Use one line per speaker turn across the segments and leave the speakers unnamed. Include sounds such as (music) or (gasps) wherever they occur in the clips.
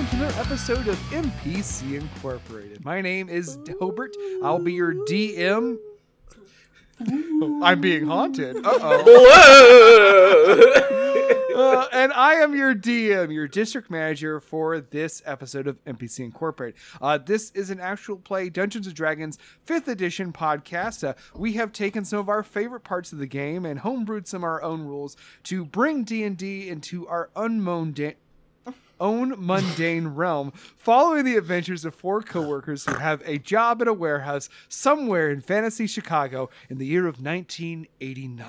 episode of MPC Incorporated. My name is Hobert. I'll be your DM. I'm being haunted. Uh-oh. Uh, and I am your DM, your district manager for this episode of NPC Incorporated. Uh, this is an actual play Dungeons and Dragons 5th edition podcast. Uh, we have taken some of our favorite parts of the game and homebrewed some of our own rules to bring D&D into our unmundane own mundane realm, following the adventures of four coworkers who have a job at a warehouse somewhere in fantasy Chicago in the year of 1989.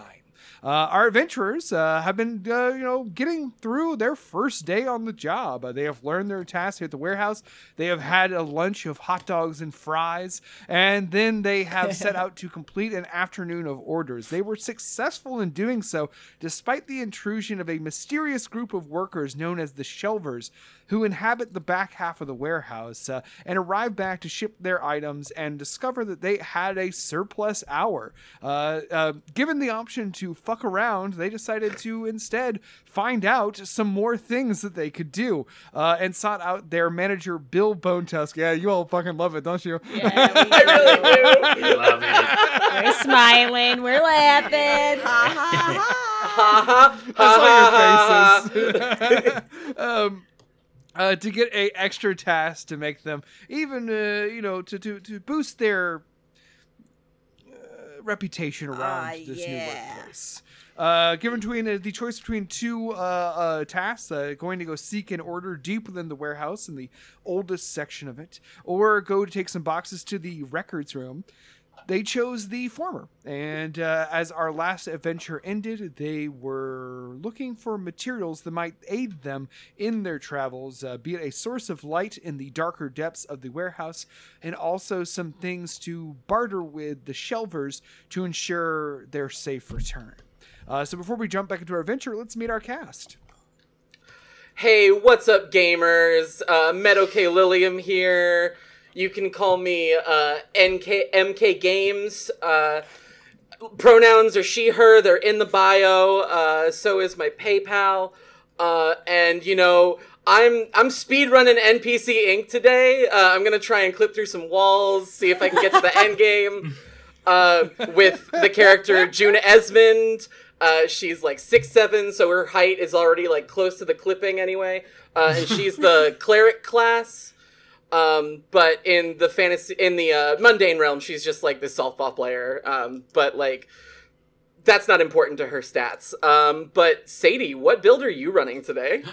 Uh, our adventurers uh, have been, uh, you know, getting through their first day on the job. Uh, they have learned their tasks here at the warehouse. They have had a lunch of hot dogs and fries, and then they have set out to complete an afternoon of orders. They were successful in doing so, despite the intrusion of a mysterious group of workers known as the Shelvers, who inhabit the back half of the warehouse uh, and arrive back to ship their items and discover that they had a surplus hour. Uh, uh, given the option to fuck around, they decided to instead find out some more things that they could do uh, and sought out their manager, Bill Bone Tusk. Yeah, you all fucking love it, don't you? (laughs)
Yeah, we
We love it.
are smiling. We're laughing.
I (laughs) saw
(laughs)
your faces. um, uh, to get a extra task to make them even, uh, you know, to to to boost their uh, reputation around
Ah,
this
yeah.
new workplace. Uh, given between uh, the choice between two uh, uh, tasks, uh, going to go seek an order deep within the warehouse in the oldest section of it, or go to take some boxes to the records room they chose the former. And uh, as our last adventure ended, they were looking for materials that might aid them in their travels, uh, be it a source of light in the darker depths of the warehouse, and also some things to barter with the shelvers to ensure their safe return. Uh, so before we jump back into our adventure, let's meet our cast.
Hey, what's up, gamers? Uh, Meadow K. Lilium here. You can call me uh, NK, MK Games. Uh, pronouns are she, her. They're in the bio. Uh, so is my PayPal. Uh, and you know, I'm I'm speedrunning NPC Inc. today. Uh, I'm gonna try and clip through some walls, see if I can get to the end game uh, with the character June Esmond. Uh, she's like six seven, so her height is already like close to the clipping anyway. Uh, and she's the cleric class. Um, but in the fantasy, in the uh, mundane realm, she's just like this softball player. Um, but like, that's not important to her stats. Um, but Sadie, what build are you running today?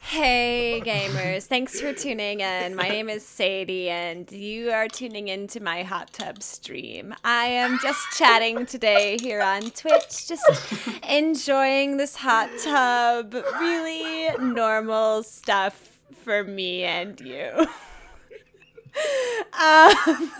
Hey, gamers. Thanks for tuning in. My name is Sadie, and you are tuning into my hot tub stream. I am just chatting today here on Twitch, just enjoying this hot tub. Really normal stuff for me and you. (laughs) Um,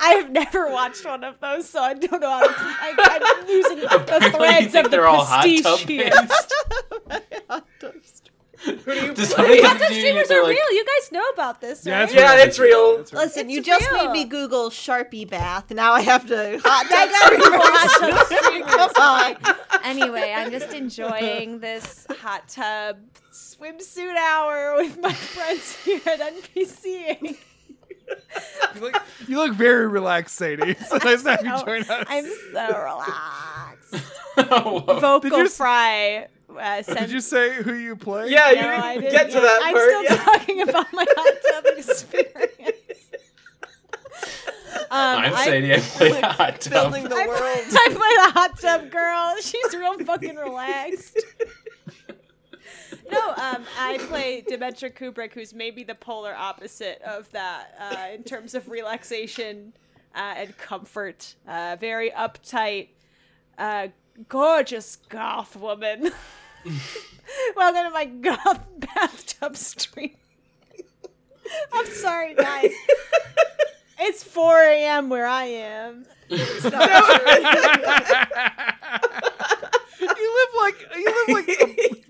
I've never watched one of those, so I don't know how to. I, I'm losing the
you
threads
think
of the
they're all hot
prestige
tub
here.
(laughs) based?
Who do you
Does
play?
somebody
Hot
have
tub
to do
streamers
with their,
are
like,
real. You guys know about this, right?
that's
Yeah, it's real.
That's
Listen, you
It's
just
real.
made me Google Sharpie bath. Now I have
(laughs)
to hot
I gotta Google
(laughs)
hot tub
tub. Come on.
anyway, I'm just enjoying this hot tub swimsuit hour with my (laughs) friends here at NPC.
You look, you look very relaxed, Sadie. (laughs) So nice to have you join us.
Oh, I'm so relaxed.
(laughs) Whoa.
Did you
Vocal
s-
fry. Uh, sent-
Did you say who you play?
Yeah,
No, I
you didn't
didn't
get to
yet.
that
I'm
part.
still
yeah.
talking about my hot tub experience. Um,
I'm
I-
Sadie. I play a hot tub. (laughs)
Building the
I- (laughs)
world.
I play the hot tub girl. (laughs) She's real fucking relaxed. No, um, I play Demetra Kubrick, who's maybe the polar opposite of that uh, in terms of relaxation uh, and comfort. Uh, very uptight, uh, gorgeous goth woman. (laughs) Welcome to my goth (laughs) bathtub stream. I'm sorry, guys. It's 4 a.m. where I am.
You live like you live like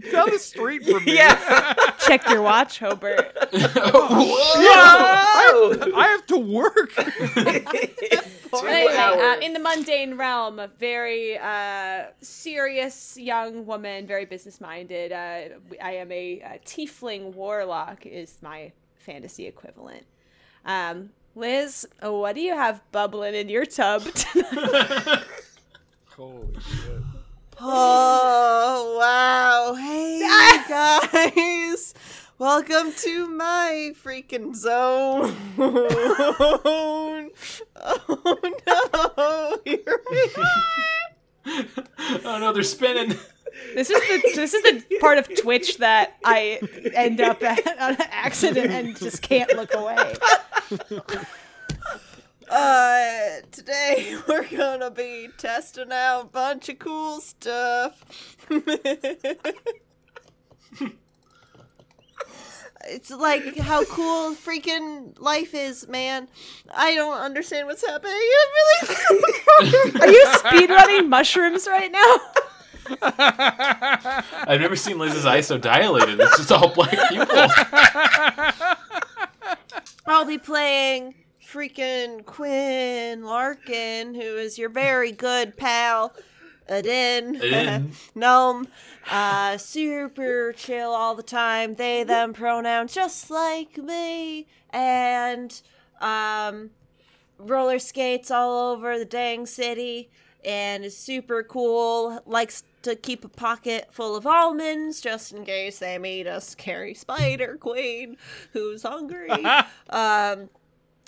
(laughs) a- down the street from me. (laughs)
Yeah.
Check your watch, Hobart.
Whoa.
Oh, (laughs) I,
(laughs)
have, I have to work.
for
Anyway, uh,
hours.
in the mundane realm, a very uh, serious young woman, very business minded. Uh, I am a, uh tiefling warlock, is my fantasy equivalent. Um, Liz, what do you have bubbling in your tub? tonight?
Holy shit.
Oh wow! Hey guys, welcome to my freaking zone. (laughs) oh no! Here we
oh no, they're spinning.
this is the this is the part of Twitch that I end up at on accident and just can't look (laughs) away.
Uh, today (laughs) we're gonna be testing out a bunch of cool stuff. (laughs) it's like how cool freaking life is, man. I don't understand what's happening. (laughs) I really.
Are you speedrunning mushrooms right now?
I've never seen Liz's eyes so dilated. It's just all black people.
I'll be playing freaking Quinn Larkin, who is your very good pal. Adin,
Adin.
(laughs) gnome, uh, super chill all the time. They them pronoun, just like me, and um, roller skates all over the dang city, and is super cool. Likes to keep a pocket full of almonds just in case they made us carry Spider Queen, who's hungry. um,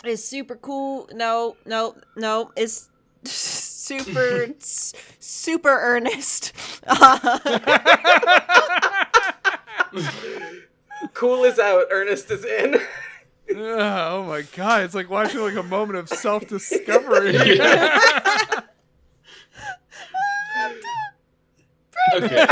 is super cool. No, no, no. Is
(laughs)
super, s- super earnest.
Cool is out. Ernest is in. (laughs)
oh my god, it's like watching like a moment of self (laughs) discovery.
okay.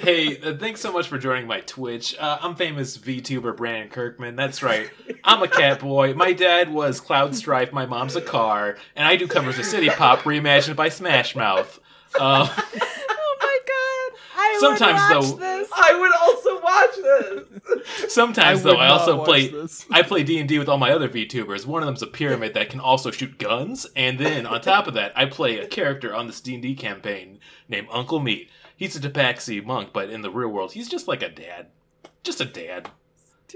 Hey, uh, thanks so much for joining my Twitch. Uh, I'm famous VTuber Brandon Kirkman. That's right. I'm a cat boy. My dad was Cloud Strife. My mom's a car, and I do covers of City Pop reimagined by Smash Mouth. Uh,
Oh my god! I
Sometimes,
would watch
though-
this.
I would also watch this.
sometimes
I
though,
would
I
not
also
watch
play
this.
(laughs) I play D and D with all my other VTubers. One of them's a pyramid that can also shoot guns, and then on top of that, I play a character on this D and D campaign named Uncle Meat. He's a Tabaxi monk, but in the real world, he's just like a dad, just a dad.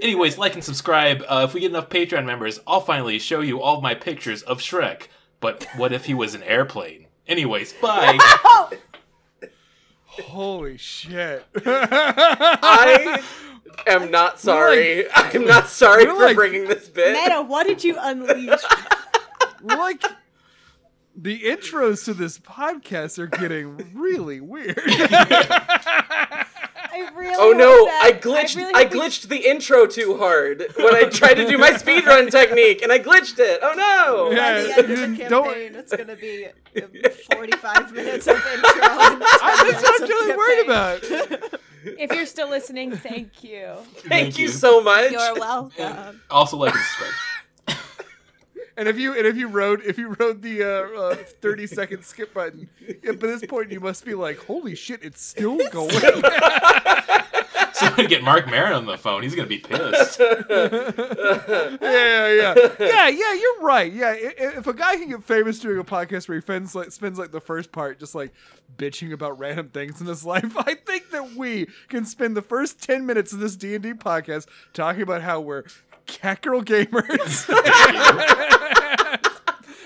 Anyways, like and subscribe. Uh, if we get enough Patreon members, I'll finally show you all my pictures of Shrek. But what if he was an airplane? Anyways,
(laughs)
bye.
Holy (laughs) shit.
I am not sorry. I'm not sorry
we're
for
like-
bringing this bit.
Meta, what did you (laughs) unleash?
like the intros to this podcast are getting really (laughs) weird.
I really.
Oh
hope
no,
that-
I glitched I,
really hope we-
glitched the intro too hard when I tried to do my
(laughs)
speedrun technique and I glitched it. Oh no.
Yeah.
By the end of the
you
campaign,
don't-
it's going to be uh, 45
(laughs)
minutes of intro. and 10
That's what
minutes
I'm
of
really worried about.
If you're still listening, thank you.
Thank,
Thank
you.
you.
so much.
You're welcome.
also, like and subscribe. (laughs)
And if you and if you rode if you rode the uh, uh, 30 second skip button, at this point you must be like, holy shit, it's still going.
Someone get Mark Maron on the phone. He's gonna
(laughs)
be pissed.
yeah, yeah, yeah,
(laughs)
yeah, yeah. You're right. Yeah, i- i- if a guy can get famous doing a podcast where he spends like spends like the first part just like bitching about random things in his (laughs) life, I think that we can spend the first ten minutes of this D and D podcast talking about how we're cat girl gamers (laughs)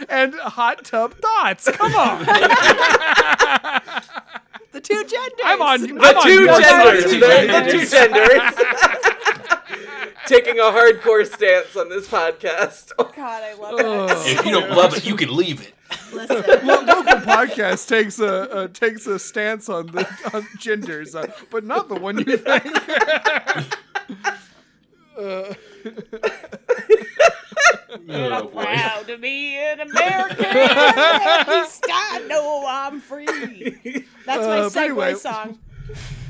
and hot tub thoughts. Come on,
The two genders.
I'm on. I'm
The
on
two
your side
genders. The,
today.
the two genders. (laughs) Taking a hardcore stance on this podcast. (laughs)
God, I love that.
if you don't love it, you can leave it. (laughs)
Listen,
Lo- local podcast takes a uh, takes a stance on the on genders, uh, but not the one you think. (laughs) Uh,
Oh, boy.
Proud to be
(laughs)
an American. At least I know I'm free. That's my
Uh, but
segue
anyway.
song.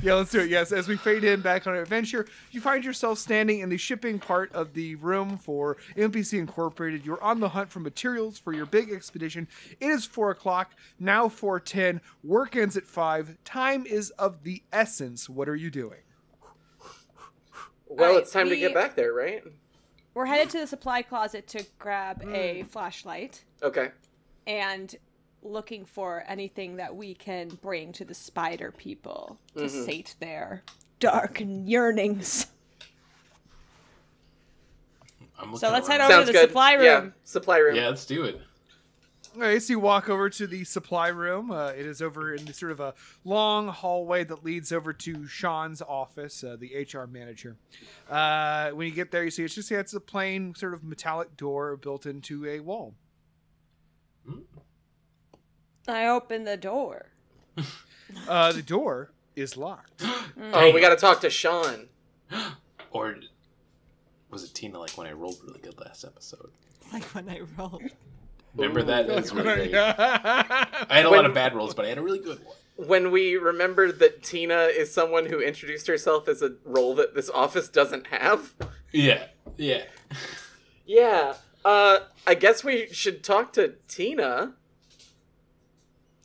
Yeah, let's do it. Yes, as we fade in back on our adventure, you find yourself standing in the shipping part of the room for NPC Incorporated. You're on the hunt for materials for your big expedition. It is four o'clock now. Four ten. Work ends at five. Time is of the essence. What are you doing?
Well,
Alright,
it's time to
we-
get back there, right?
We're headed to the supply closet to grab
Mm.
a flashlight
Okay.
and looking for anything that we can bring to the spider people to
Mm-hmm.
sate their dark yearnings.
I'm looking
So let's head
around.
over
Sounds
to the
good.
supply room.
Yeah, supply room.
Yeah, let's do it.
All right, so you walk over to the supply room. Uh, it is over in the sort of a long hallway that leads over to Sean's office, uh, the HR manager. Uh, when you get there, you see it's just yeah, it's a plain sort of metallic door built into a wall.
I open the door.
Uh, the door is locked.
Hmm.
Oh, we got to talk to Sean.
Or was it Tina like when I rolled really good last episode?
(laughs) Like when I rolled.
Remember that? That's really
(laughs)
great.
yeah,
I had a
When-
lot of bad rolls, but I had a really good one.
When we remembered that Tina is someone who introduced herself as a role that this office doesn't have.
Yeah, yeah. (laughs)
Yeah. Uh, I guess we should talk to Tina.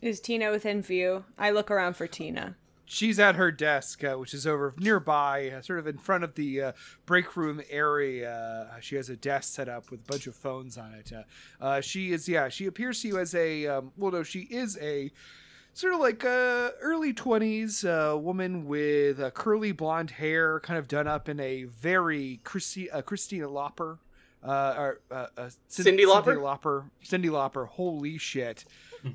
Is Tina within view? I look around for Tina.
she's at her desk, uh, which is over nearby, uh, sort of in front of the uh, break room area. Uh, she has a desk set up with a bunch of phones on it. Uh, uh, she is, yeah, she appears to you as a, um, well, no, she is a sort of like uh, early 20s uh, woman with uh, curly blonde hair, kind of done up in a very Christi- uh, Christina Lauper. Uh, or, uh, uh, Cin-
Cyndi Lauper?
Cyndi Lauper. Cindy Lauper. Holy shit.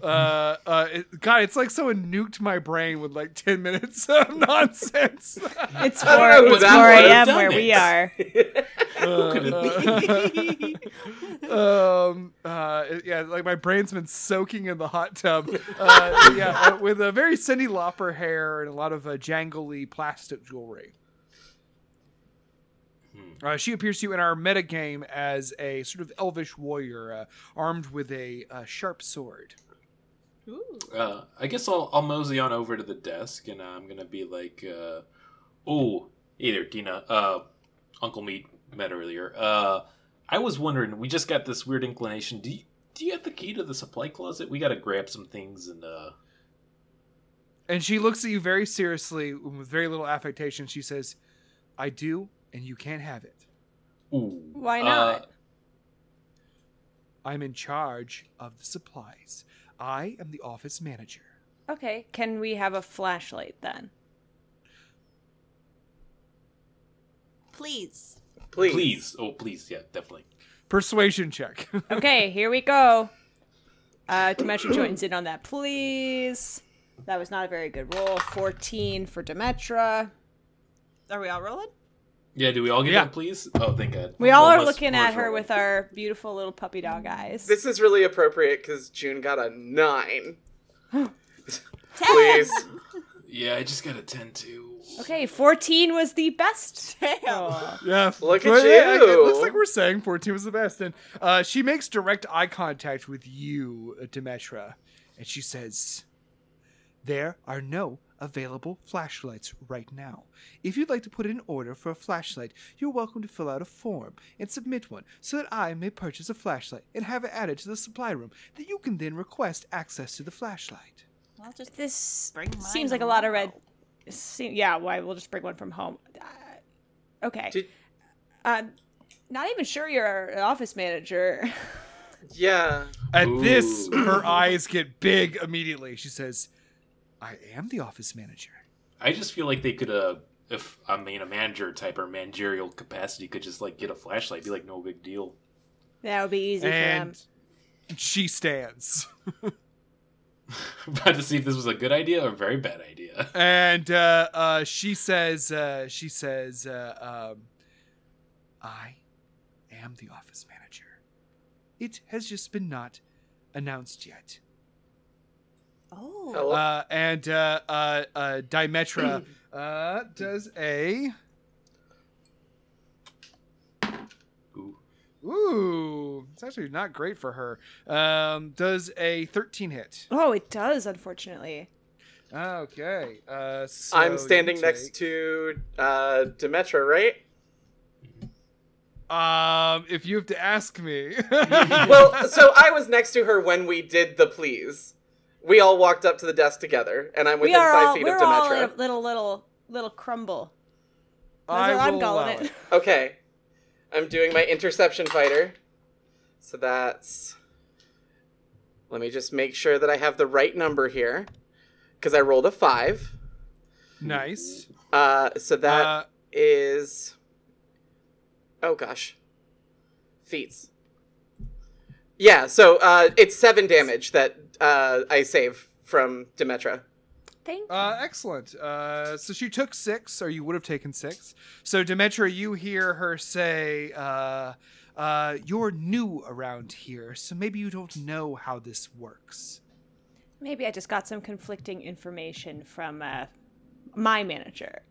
Uh, uh, it, God, it's like someone nuked my brain with like 10 minutes of (laughs) nonsense.
It's
I don't know
four.
who
It's
that
four
was.
a.m. where
Done it.
we are.
Who could it be?
um, uh, yeah, like my brain's been soaking in the hot tub. Uh, yeah, uh, with a very Cindy Lauper hair and a lot of uh, jangly plastic jewelry. Uh, she appears to you in our metagame as a sort of elvish warrior uh, armed with a uh, sharp sword.
Uh, I guess I'll, I'll mosey on over to the desk and I'm gonna be like, uh, "Oh, hey there, Tina. Uh, Uncle Meat met earlier. Uh, I was wondering. We just got this weird inclination. Do you, do you have the key to the supply closet? We gotta grab some things and uh,
And she looks at you very seriously with very little affectation. She says, I do, and you can't have it.
ooh,
Why
uh,
not?
I'm in charge of the supplies. I am the office manager.
Okay, can we have a flashlight then?
Please.
Please.
please. Oh, please. Yeah, definitely.
Persuasion check. (laughs)
Okay, here we go. Uh, Demetra joins in on that, please. That was not a very good roll. 14 for Demetra.
Are we all rolling?
Yeah. Do we all get
Yeah.
that, please? Oh, thank God.
We all
One
are
less
looking at
word
her
roll.
with our beautiful little puppy dog eyes.
This is really appropriate because June got a
(gasps)
nine.
Ten.
Please.
Yeah, I just got a ten too.
Okay, 14 was the best. roll.
yeah.
Look at
but yeah,
you.
It looks like we're saying 14 was the best. And uh, she makes direct eye contact with you, uh, Demetra, and she says, There are no available flashlights right now. If you'd like to put in an order for a flashlight, you're welcome to fill out a form and submit one so that I may purchase a flashlight and have it added to the supply room that you can then request access to the flashlight.
I'll just
This
Bring mine
seems like a lot of red.
along.
Se- yeah, why? We'll just bring one from home. Uh, okay.
Did-
um, not even sure you're an office manager. (laughs)
yeah.
At this,
Ooh.
her eyes get big immediately. She says, I am the office manager.
I just feel like they could, uh, if I mean a manager type or managerial capacity, could just like get a flashlight, be like, no big deal. (laughs)
that would be easy for them.
And she stands.
About to see if this was a good idea or a very bad idea.
And uh, uh, she says, uh, she says, uh, um, I am the office manager. It has just been not announced yet.
Oh.
Oh.
Hello.
Uh, and uh, uh, uh,
(clears throat)
Dimetra uh, does a.
Ooh.
Ooh, it's actually not great for her. Um, does a 13 hit.
Oh, it does, unfortunately.
Okay. Uh, so
I'm
you
standing next
take-
to uh, Demetra, right?
(laughs) Um, if you have to ask me.
(laughs) well, so I was next to her when we did the please. We all walked up to the desk together, and I'm
We
within
are
five
all
feet
we're
of
all in
Demetra.
a little little little crumble. That's
I
what I'm
will
(laughs) calling
allow
it.
Okay. I'm doing my interception fighter. So that's. Let me just make sure that I have the right number here, because I rolled a five.
Nice.
Uh, so
Uh,
that is. Oh gosh. Feats. Yeah, so uh, it's seven damage that uh, I save from Demetra.
Thank
Uh, excellent. Uh, so she took six, or you would have taken six. So Demetra, you hear her say, uh, uh, "You're new around here, so maybe you don't know how this works."
Maybe I just got some conflicting information from uh, my manager.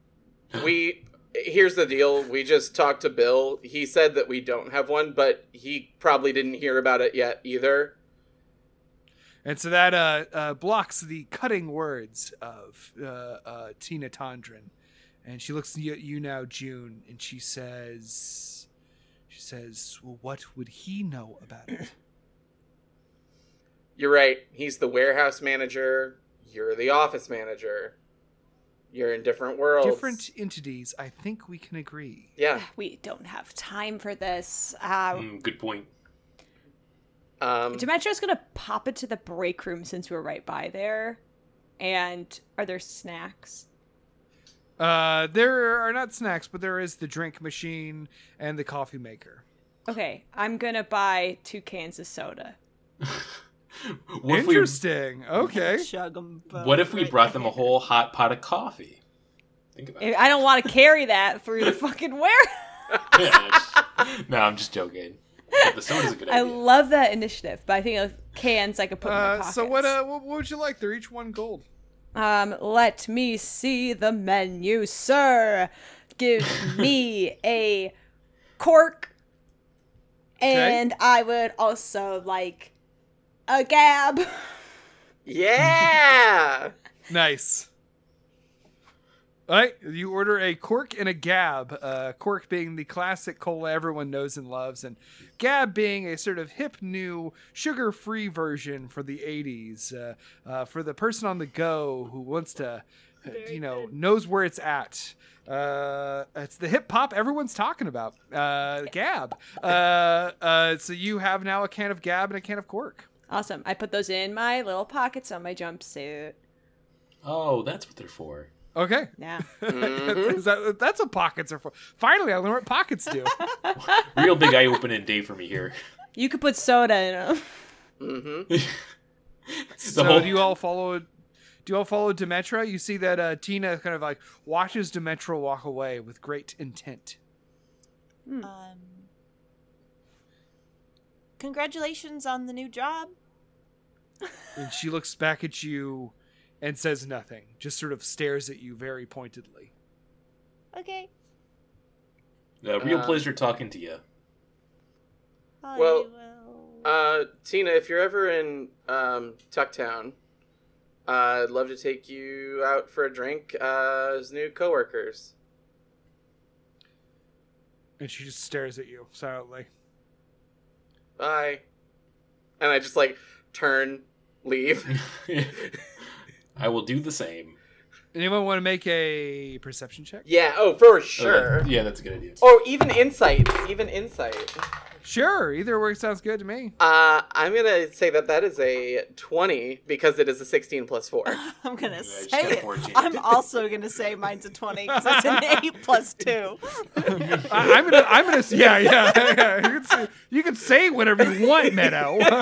We here's the deal. We just talked to Bill. He said that we don't have one, but he probably didn't hear about it yet either.
And so that uh, uh, blocks the cutting words of uh, uh, Tina Tondren. And she looks at you- you now, June, and she says, "She says, well, what would he know about it?"
You're right. He's the warehouse manager. You're the office manager. You're in different worlds.
Different entities. I think we can agree.
Yeah.
We don't have time for this.
Hmm.
Uh,
Mm, good point.
Um,
Demetra's gonna pop into the break room since we're right by there. And are there snacks?
Uh, there are not snacks, but there is the drink machine and the coffee maker.
Okay, I'm gonna buy two cans of soda.
What if we
Interesting. Okay.
Chug 'em both
What if we
right
brought them a
there.
whole hot pot of coffee? Think about it.
I don't want to carry that through the fucking warehouse.
(laughs) no, I'm just joking. But the soda's a good
(laughs) I
idea.
love that initiative, but I think of cans I could put in my
Uh,
pockets.
so what? Uh, what, what would you like? They're each one gold.
Um, let me see the menu, sir.
(laughs)
Give me a cork. And I would also like a gab.
yeah. (laughs)
Nice. All right, you order a cork and a gab. Uh, cork being the classic cola everyone knows and loves, and gab being a sort of hip, new, sugar-free version for the '80s, uh, uh, for the person on the go who wants to, uh, you know, knows where it's at. Uh, it's the hip hop everyone's talking about. Uh, gab. Uh, uh, so you have now a can of gab and a can of cork.
Awesome. I put those in my little pockets on my jumpsuit.
Oh, that's what they're for.
Okay,
Yeah.
(laughs) Is that- that's what pockets are for. Finally, I learned what pockets do.
Real big eye opening day for me here. (laughs)
you could put soda in them.
so
whole-
do you all follow? Do you all follow Demetra? You see that uh, Tina kind of like watches Demetra walk away with great intent.
Um,
Congratulations on the new job.
And she looks back at you and says nothing, just sort of stares at you very pointedly.
Okay.
Uh, real
Uh,
pleasure talking to you.
I
Well,
will-
Uh, Tina, if you're ever in um, Tucktown, uh, I'd love to take you out for a drink uh, as new coworkers.
And she just stares at you silently.
Bye. And I just like turn, leave.
(laughs) I will do the same.
Anyone want to make a perception check?
yeah. Oh, for
Oh,
sure.
that- yeah, that's a good idea.
Or even insight. Even insight.
Sure, either work sounds good to me.
Uh, I'm gonna say that that is a twenty because it is a sixteen
(laughs)
plus four.
I'm gonna
(laughs)
I just
say
got a
it.
14.
I'm also gonna say mine's a twenty because
(laughs)
it's an eight plus two.
I, I'm gonna, I'm gonna, yeah, yeah, (laughs) yeah. You can say, you can say whatever you want, Meadow. (laughs)
but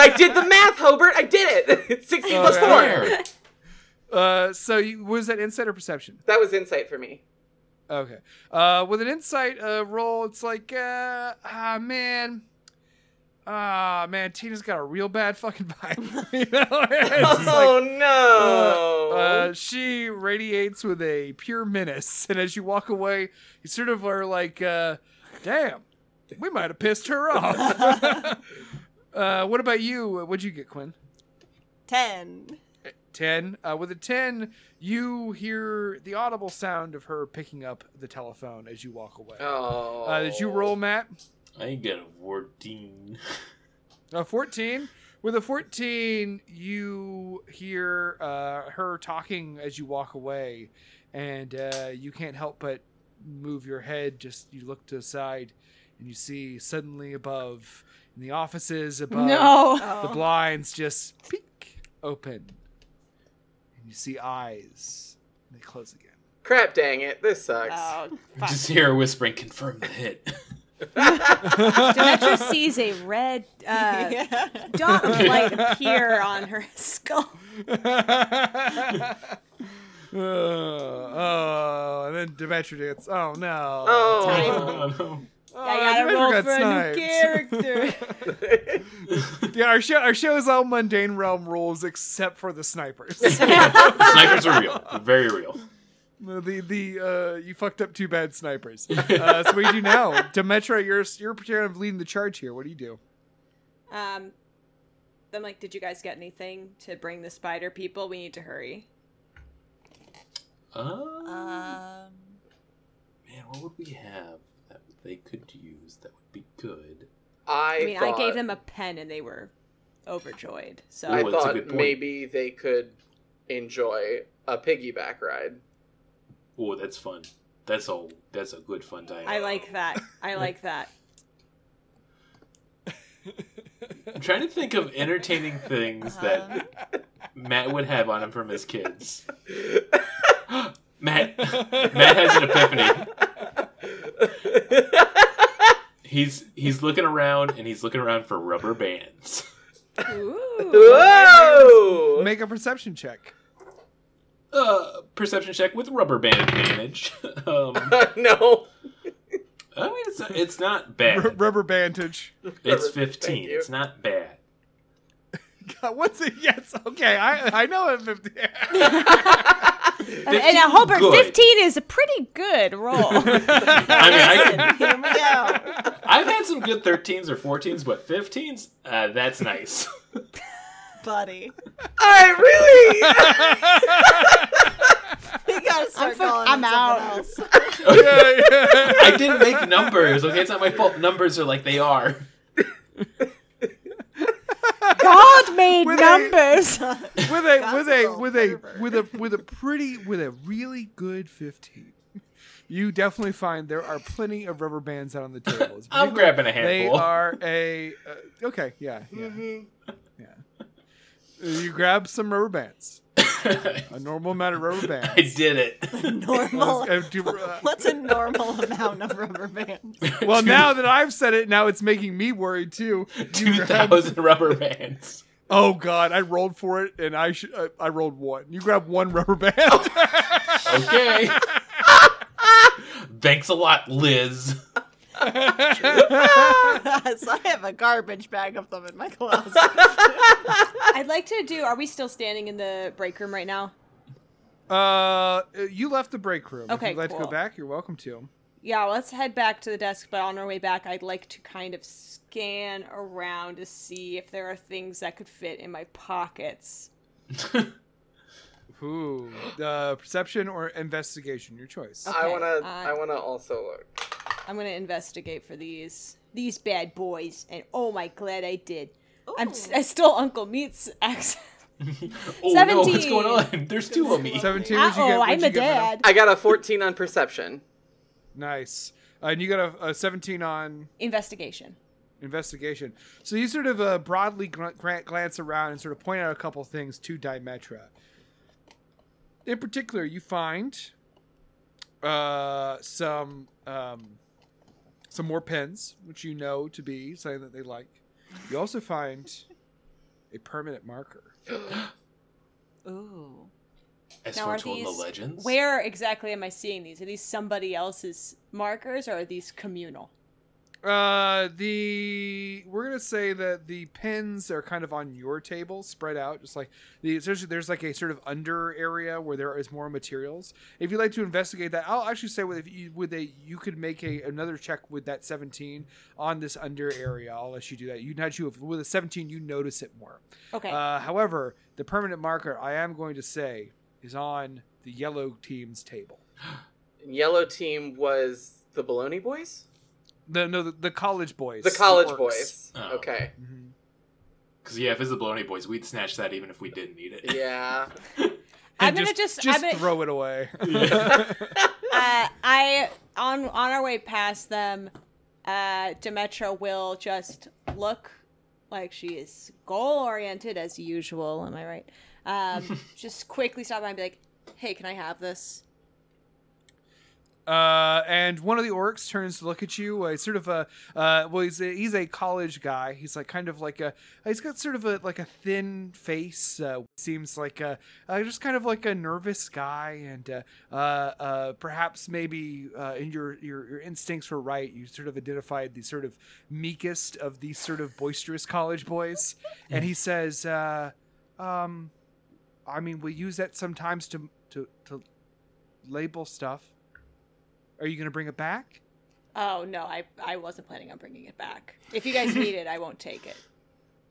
I did the math, Hobart. I did it. (laughs) It's sixteen plus
Okay.
four.
There.
Uh, so you, was that insight or perception?
That was insight for
(laughs)
me.
Okay. Uh, with an insight uh, roll, it's like, uh, ah, man. Ah, man, Tina's got a real bad fucking vibe. (laughs) you know? It's just like,
Oh no.
uh, she radiates with a pure menace. And as you walk away, you sort of are like, uh, damn, we might have pissed her off. (laughs) uh, what about you? What'd you get, Quinn?
Ten.
10. Uh, with a 10, you hear the audible sound of her picking up the telephone as you walk away.
oh.
Uh, did you roll, Matt?
I got a 14.
A 14? With a 14, you hear uh, her talking as you walk away, and uh, you can't help but move your head, just you look to the side and you see suddenly above in the offices above
(laughs) No.
Oh,
the blinds just peek open. And you see eyes. And they close (laughs) again.
Crap, dang it! This sucks.
Oh, fuck.
Just hear her whispering, confirm the hit. (laughs)
Demetra sees a red
(laughs)
Um,
uh, dot of light appear on her (laughs) skull.
oh, oh, and then Demetra gets, oh no.
Oh,
Oh,
(laughs)
no.
I gotta
Demetra
roll
got
for a
sniped.
new
(laughs)
character.
Yeah, our show, our show is all mundane realm rules except for the snipers.
Snipers are real. They're very real.
the the uh, you fucked up two bad (laughs) snipers. Uh, so what do you do now, Demetra? You're you're pretending of leading the charge here. What do you do?
um, I'm like, did you guys get anything to bring the spider people? We need to hurry.
Oh,
Uh.
Um,
man, what would we have that they could use that would be good?
I,
I mean,
thought,
I gave them a pen and they were overjoyed. So
I
Ooh, that's a good
thought
point.
maybe they could enjoy a piggyback ride.
Oh, that's fun. That's all. That's a good fun time.
I like that. I like that.
I'm trying to think of entertaining things that Matt would have on him from his kids. Matt, Matt has an epiphany. He's he's looking around and he's looking around for rubber bands.
Ooh.
Whoa!
Make a perception check.
Uh, perception check with rubber band advantage. (laughs) um,
(laughs) no.
I mean, it's it's not
R-
bad.
rubber bandage.
It's
Rubber-
fifteen.
thank you.
It's not bad.
God, (laughs) what's it? Yes. Okay. I I know it. (laughs) 50.
And, and I hope our
good.
15 is a pretty good roll.
(laughs)
I mean,
(laughs)
I,
here we go.
I've had some good thirteens or fourteens, but fifteens, uh, that's nice.
Buddy.
I really.
(laughs)
(laughs)
You gotta start
fuck-
calling
I'm
it something
out.
else.
Yeah, yeah.
I didn't make numbers. Okay, it's not my fault. Numbers are like they are.
God made
With a- (laughs)
numbers.
with a with a
Gospel
with a
fervor.
with a with a pretty with a really good fifteen. You definitely find there are plenty of rubber bands out on the tables.
I'm grabbing a
Um, They
handful.
are a uh, okay, yeah, yeah, yeah. Uh, You grab some rubber bands, a normal amount of rubber
(laughs) I
bands. (laughs)
did it.
(laughs)
Normal.
Uh, do- uh,
(laughs) What's a normal amount of rubber bands? (laughs)
well,
Two-
now that I've said it, now it's making me worried too. You
(laughs) two
grab-
thousand rubber bands.
oh God, I rolled for it, and I should I, I rolled one. You grab one rubber band. (laughs)
Okay. Thanks a lot, Liz.
so I have a garbage bag of them in my closet.
(laughs)
I'd like to do. Are we still standing in the break room right now?
Uh, you left the break room.
Okay,
if you'd like to
cool.
go back, you're welcome to.
Yeah, let's head back to the desk. But on our way back, I'd like to kind of scan around to see if there are things that could fit in my pockets.
Ooh, uh, perception or investigation, your choice.
Okay.
I wanna.
uh,
I wanna also look.
I'm gonna investigate for these these bad boys, and oh my glad I did. I'm s- I still Uncle Meat's accent.
Oh no, what's
17.
going on? There's two of me.
Seventeen.
Uh
What'd you get?
oh,
What'd
I'm
you
a
get, Meadow?
dad.
I got a 14 on perception.
Nice. Uh, and you got a, a 17 on
Investigation.
investigation. So you sort of uh, broadly gr- gr- glance around and sort of point out a couple things to Dimetra. In particular, you find uh, some um, some more pens, which you know to be something that they like. You also find a permanent marker.
Ooh.
As
Now, are
foretold in the
these-
legends.
Where exactly am I seeing these? Are these somebody else's markers, or are these communal?
Uh, the we're gonna say that the pins are kind of on your table, spread out, just like the there's, there's like a sort of under area where there is more materials. If you'd like to investigate that, I'll actually say with if you with a you could make a another check with that seventeen on this under area. I'll let you do that. You not you with a seventeen, you notice it more.
Okay.
Uh, however, the permanent marker I am going to say is on the yellow team's table.
Yellow team was the Baloney Boys.
The no the, the college boys.
The college
orcs.
boys.
Oh.
Okay.
Mhm.
Because yeah, if it's the Baloney Boys, we'd snatch that even if we didn't need it.
Yeah.
I'm
and
gonna just,
just,
(laughs) I'm gonna,
throw it away.
uh, I on on our way past them, uh, Demetra will just look like she is goal oriented as usual. Am I right?
(laughs)
Um, just quickly stop by and be like, "Hey, can I have this?"
Uh, and one of the orcs turns to look at you. Uh, he's sort of a uh, well, he's a, he's a college guy. He's like kind of like a he's got sort of a like a thin face. Uh, seems like a uh, just kind of like a nervous guy. And uh, uh, uh, perhaps maybe uh, in your, your your instincts were right. You sort of identified the sort of meekest of these sort of boisterous college boys. And he says, uh, um, "I mean, we use that sometimes to to to label stuff." Are you going to bring it back?
Oh no, I I wasn't planning on bringing it back. If you guys need it, I won't take it.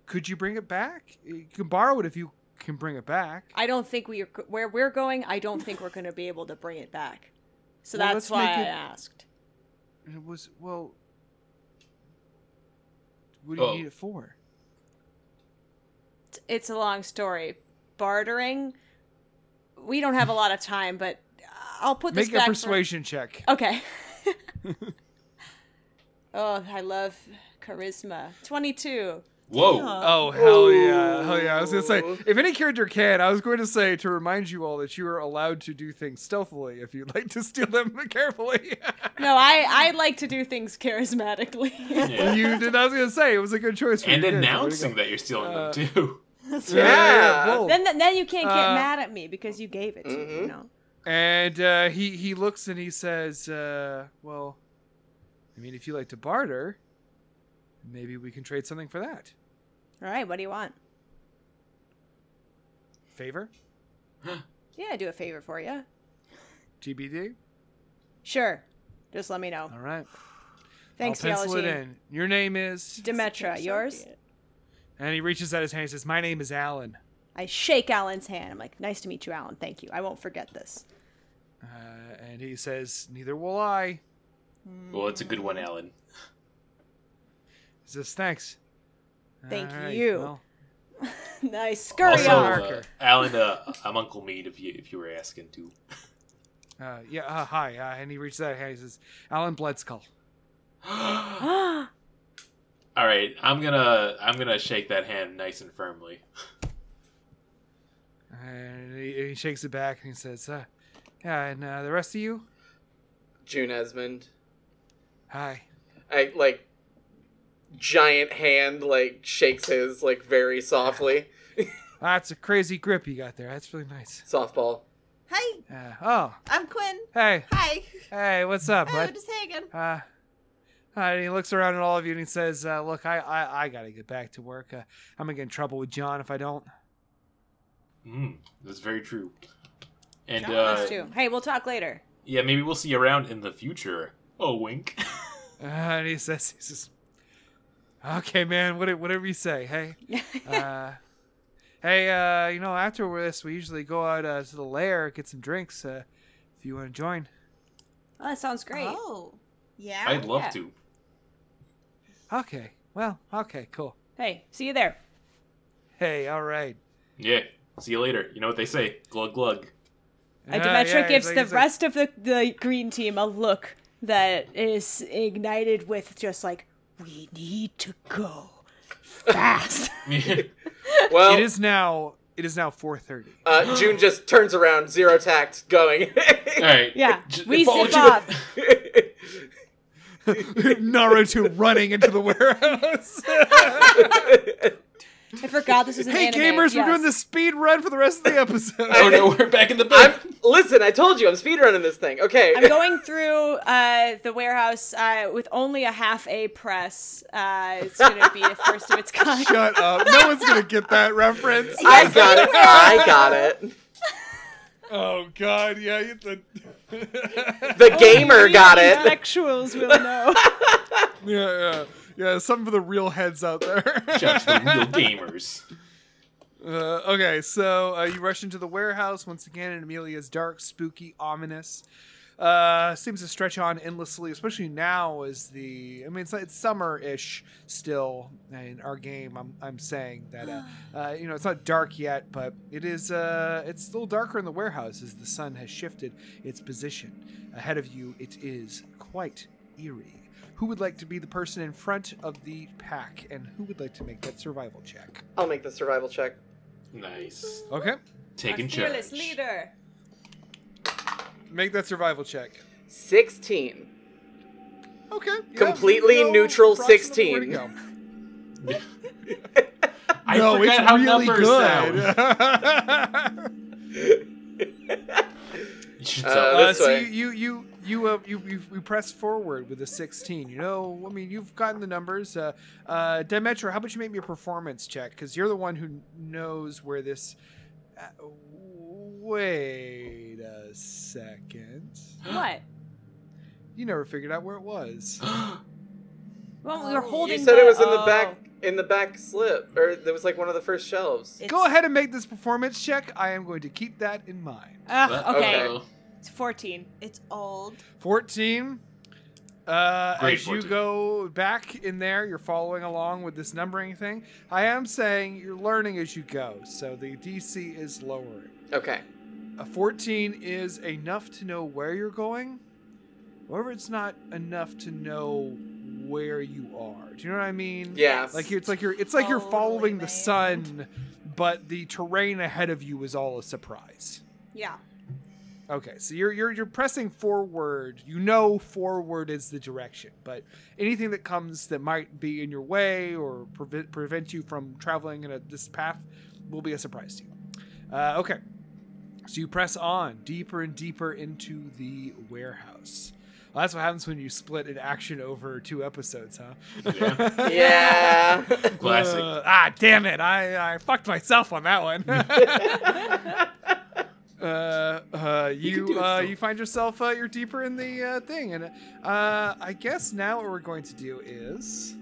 Could you bring it back? You can borrow it if you can bring it back.
I don't think we are where we're going. I don't think we're going to be able to bring it back. So
Well,
that's
let's
why
make
I
it-
asked.
And it was, well, what do you
Oh.
need it for?
It's a long story. Bartering. We don't have a lot of time, but I'll put this
Make
back
a
for-
persuasion check. (laughs)
Okay. oh, I love charisma. Twenty-two.
Whoa.
Oh, hell yeah. Hell yeah. I was going to say, if any character can, I was going to say to remind you all that you are allowed to do things stealthily if you'd like to steal them (laughs)
(laughs)
carefully.
No, I I like to do things charismatically. (laughs)
Yeah.
you did. I was going to say, it was a good choice for
And
you. Uh,
announcing that you're stealing them too.
Yeah. yeah,
Yeah.
bold.
then then you can't get
Uh,
mad at me because you gave it to me. You know.
And uh, he he looks and he says, uh, "Well, I mean, if you like to barter, maybe we can trade something for that
All right. What do you want?
favor."
Yeah, do a favor for you.
TBD.
Sure. Just let me know.
All right.
Thanks,
I'll pencil
Yellow
it
Team.
in. Your name is.
Demetra, yours?
And he reaches out his hand. He says, "My name is Alan."
I shake Alan's hand. I'm like, nice to meet you, Alan. Thank you. I won't forget this.
Uh, and he says, "Neither will I."
Well, it's a good one, Alan.
He says, "Thanks."
Thank
All right,
you.
well,
nice. Scurry
Also,
on.
uh, Alan, uh, I'm Uncle Mead if you if you were asking
(gasps)
to. (gasps)
uh, yeah. Uh, hi. Uh, and he reaches out his hand. He says, "Alan Bloodskull." uh,
(gasps)
All right, I'm gonna I'm gonna shake that hand nice and firmly.
And he, he shakes it back and he says, uh, "Yeah." And uh, the rest of you,
June Esmond.
hi.
I like giant hand like shakes his like very softly.
That's Ah, a crazy grip you got there. That's really nice.
Softball.
Hey,
Uh, oh,
I'm Quinn.
hey,
Hi.
hey, what's up,
Hi, we're
bud?
just hanging.
Uh, uh, and he looks around at all of you and he says, uh, "Look, I, I, I gotta get back to work. Uh, I'm gonna get in trouble with John if I don't."
Mm, that's very true. And
John
uh,
us too. Hey, we'll talk later. (laughs)
yeah, maybe we'll see you around in the future. Oh, wink.
Uh, and he says, "He says, okay, man, what, whatever you say. Hey,
Oh,
uh, (laughs) hey, uh, you know, after this, we usually go out uh, to the lair, get some drinks. Uh, if you want to join."
Oh, that sounds great.
Oh, yeah.
I'd love
yeah.
to.
Okay, well, okay, cool.
Hey, see you there.
Hey, all right.
Yeah, see you later. You know what they say? Glug glug. (laughs)
And
Uh,
Demetra
yeah, he's
gives
like-
the
he's like-
rest of the, the green team a look that is ignited with just like, we need to go
(laughs)
fast.
Well,
Oh.
It is now. It is now 4:30.
uh, June just turns around, zero tact, going. (laughs)
All right.
yeah,
J-
we
follow
zip
you-
off.
(laughs) Naruto running into the
(laughs)
warehouse.
I forgot this was an
hey,
anime.
gamers, we're
Yes.
doing the speed run for the rest of the
(laughs)
episode.
(laughs) Oh no, we're back in the
I'm,
back. (laughs)
listen, I told you, I'm speedrunning this thing. Okay.
I'm going through uh, the warehouse uh, with only a half A press. Uh, it's going to be the first
(laughs)
of its kind.
(laughs) Shut up! No one's gonna get that reference.
I got it. I got it.
(laughs) Oh God, yeah, you (laughs) the
The
Oh,
gamer
Only
got it.
Intellectuals will know.
yeah, yeah, yeah. Some of the real heads out there.
Judge the real gamers.
Uh, okay, so uh, you rush into the warehouse once again, and Amelia's dark, spooky, ominous. uh, seems to stretch on endlessly, especially now as the. I mean, it's, it's summer ish still in our game. I'm, I'm saying that uh, uh, you know it's not dark yet, but it is. Uh, it's a little darker in the warehouse as the sun has shifted its position. Ahead of you, it is quite eerie. Who would like to be the person in front of the pack, and who would like to make that survival check?
I'll make the survival check.
Nice.
Okay,
Taking
Our fearless
charge.
leader.
make that survival check.
16.
Okay, yeah,
Completely
you know
neutral
approximately
16.
where to go.
(laughs) I forgot how numbers
Uh,
sound.
(laughs)
(laughs) You should
Uh,
tell
Uh,
This
so
way.
you you you you, uh, you you you press forward with a sixteen. You know, I mean, you've gotten the numbers. Uh, uh, Demetra, how about you make me a performance check? Because you're the one who knows where this. Uh, wait a second.
What?
You never figured out where it was.
(gasps)
Well, we were holding.
You said it was in the
oh.
back in the back slip or it was like one of the first shelves.
It's-
Go ahead and make this performance check. I am going to keep that in mind.
Ugh, okay.
okay.
It's 14.
It's old.
14. Uh,
Great
as
14.
you go back in there, you're following along with this numbering thing. I am saying you're learning as you go, so the DC is lowering.
Okay.
A 14 is enough to know where you're going. However, it's not enough to know where you are. Do you know what I mean?
Yeah.
Like it's like you're it's like you're
Totally,
following the
man.
sun, but the terrain ahead of you is all a surprise.
Yeah.
Okay, so you're you're you're pressing forward. You know forward is the direction, but anything that comes that might be in your way or prevent prevent you from traveling in a, this path will be a surprise to you. Uh, okay, so you press on deeper and deeper into the warehouse. Well, that's what happens when you split an action over two episodes, huh?
(laughs)
Yeah.
yeah.
Classic.
(laughs) Uh, ah, damn it! I, I fucked myself on that
(laughs)
one. (laughs) uh, uh,
can
you
do it
uh,
still.
you find yourself uh, you're deeper in the uh, thing, and uh, I guess now what we're going to do is,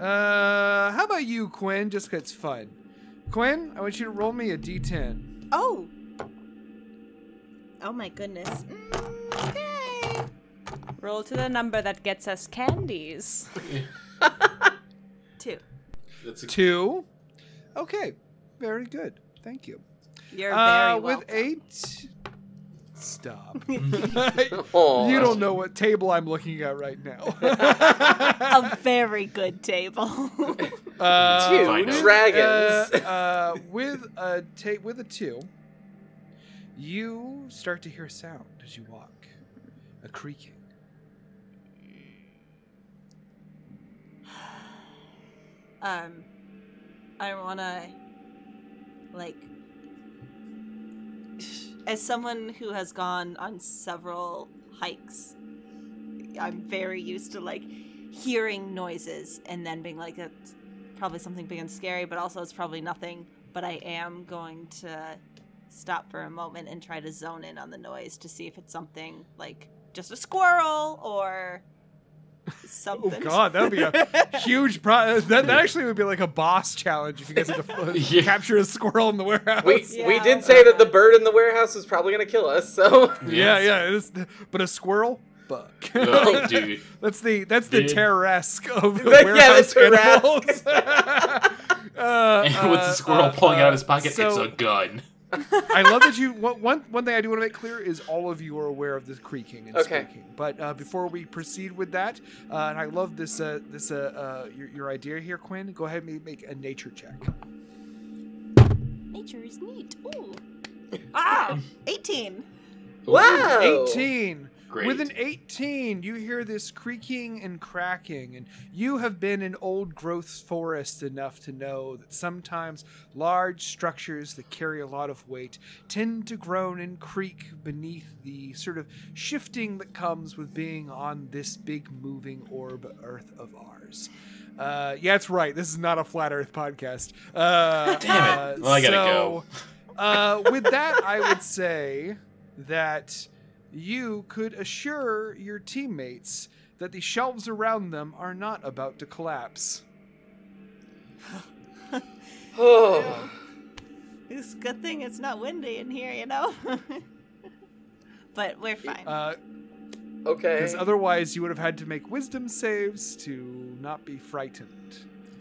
uh, how about you, Quinn? Just 'cause it's fun. Quinn, I want you to roll me a d10.
Oh. Oh my goodness. Mm, Okay.
Roll to the number that gets us candies.
Two.
That's a,
Two. Okay, very good. Thank you.
You're
Uh,
very well.
with eight. Stop. (laughs)
(laughs)
(laughs)
Aw.
You don't know what table I'm looking at right (laughs) now.
a very good table.
Uh,
Two
with, uh,
dragons.
uh, with a ta- with a two, you start to hear sound as you walk, a creaking.
um, I wanna like as someone who has gone on several hikes, I'm very used to like hearing noises and then being like that's probably something big and scary, but also it's probably nothing. But I am going to stop for a moment and try to zone in on the noise to see if it's something like just a squirrel or
(laughs) Oh
something.
God, that would be a huge pro. That, that actually would be like a boss challenge if you guys had to uh,
Yeah.
capture a squirrel in the warehouse.
(laughs) We
Yeah,
we did
okay.
say that the bird in the warehouse was probably gonna kill us,
(laughs)
so
(laughs) yeah, yeah. It is, but a squirrel, fuck.
(laughs)
(laughs)
Oh, dude.
That's the that's the
Dude.
terror-esque of
(laughs)
the
That- yeah,
warehouse
the terror-esque. (laughs)
animals. (laughs) Uh,
And (laughs) with the
uh,
squirrel
uh,
pulling out of his
uh,
pocket, it's
so-
a gun.
I love that you. One one- one thing I do want to make clear is all of you are aware of this creaking and
Okay.
squeaking. But uh, before we proceed with that, uh, and I love this uh, this uh, uh, your, your idea here, Quinn. Go ahead and ma- make a nature check.
Nature is neat. (coughs) Ooh. Ah, Wow. 18.
Wow. (sighs)
Eighteen.
Great.
With an 18, you hear this creaking and cracking, and you have been in old growth forest enough to know that sometimes large structures that carry a lot of weight tend to groan and creak beneath the sort of shifting that comes with being on this big moving orb Earth of ours. Uh, yeah, that's right. This is not a flat Earth podcast. Uh,
(laughs) Damn it.
uh,
Well, I gotta
so,
go.
uh, with that, I would say that you could assure your teammates that the shelves around them are not about to collapse.
Oh.
It's a good thing it's not windy in here, you know? (laughs) but we're fine.
Because
Okay.
Uh, otherwise, you would have had to make wisdom saves to not be frightened.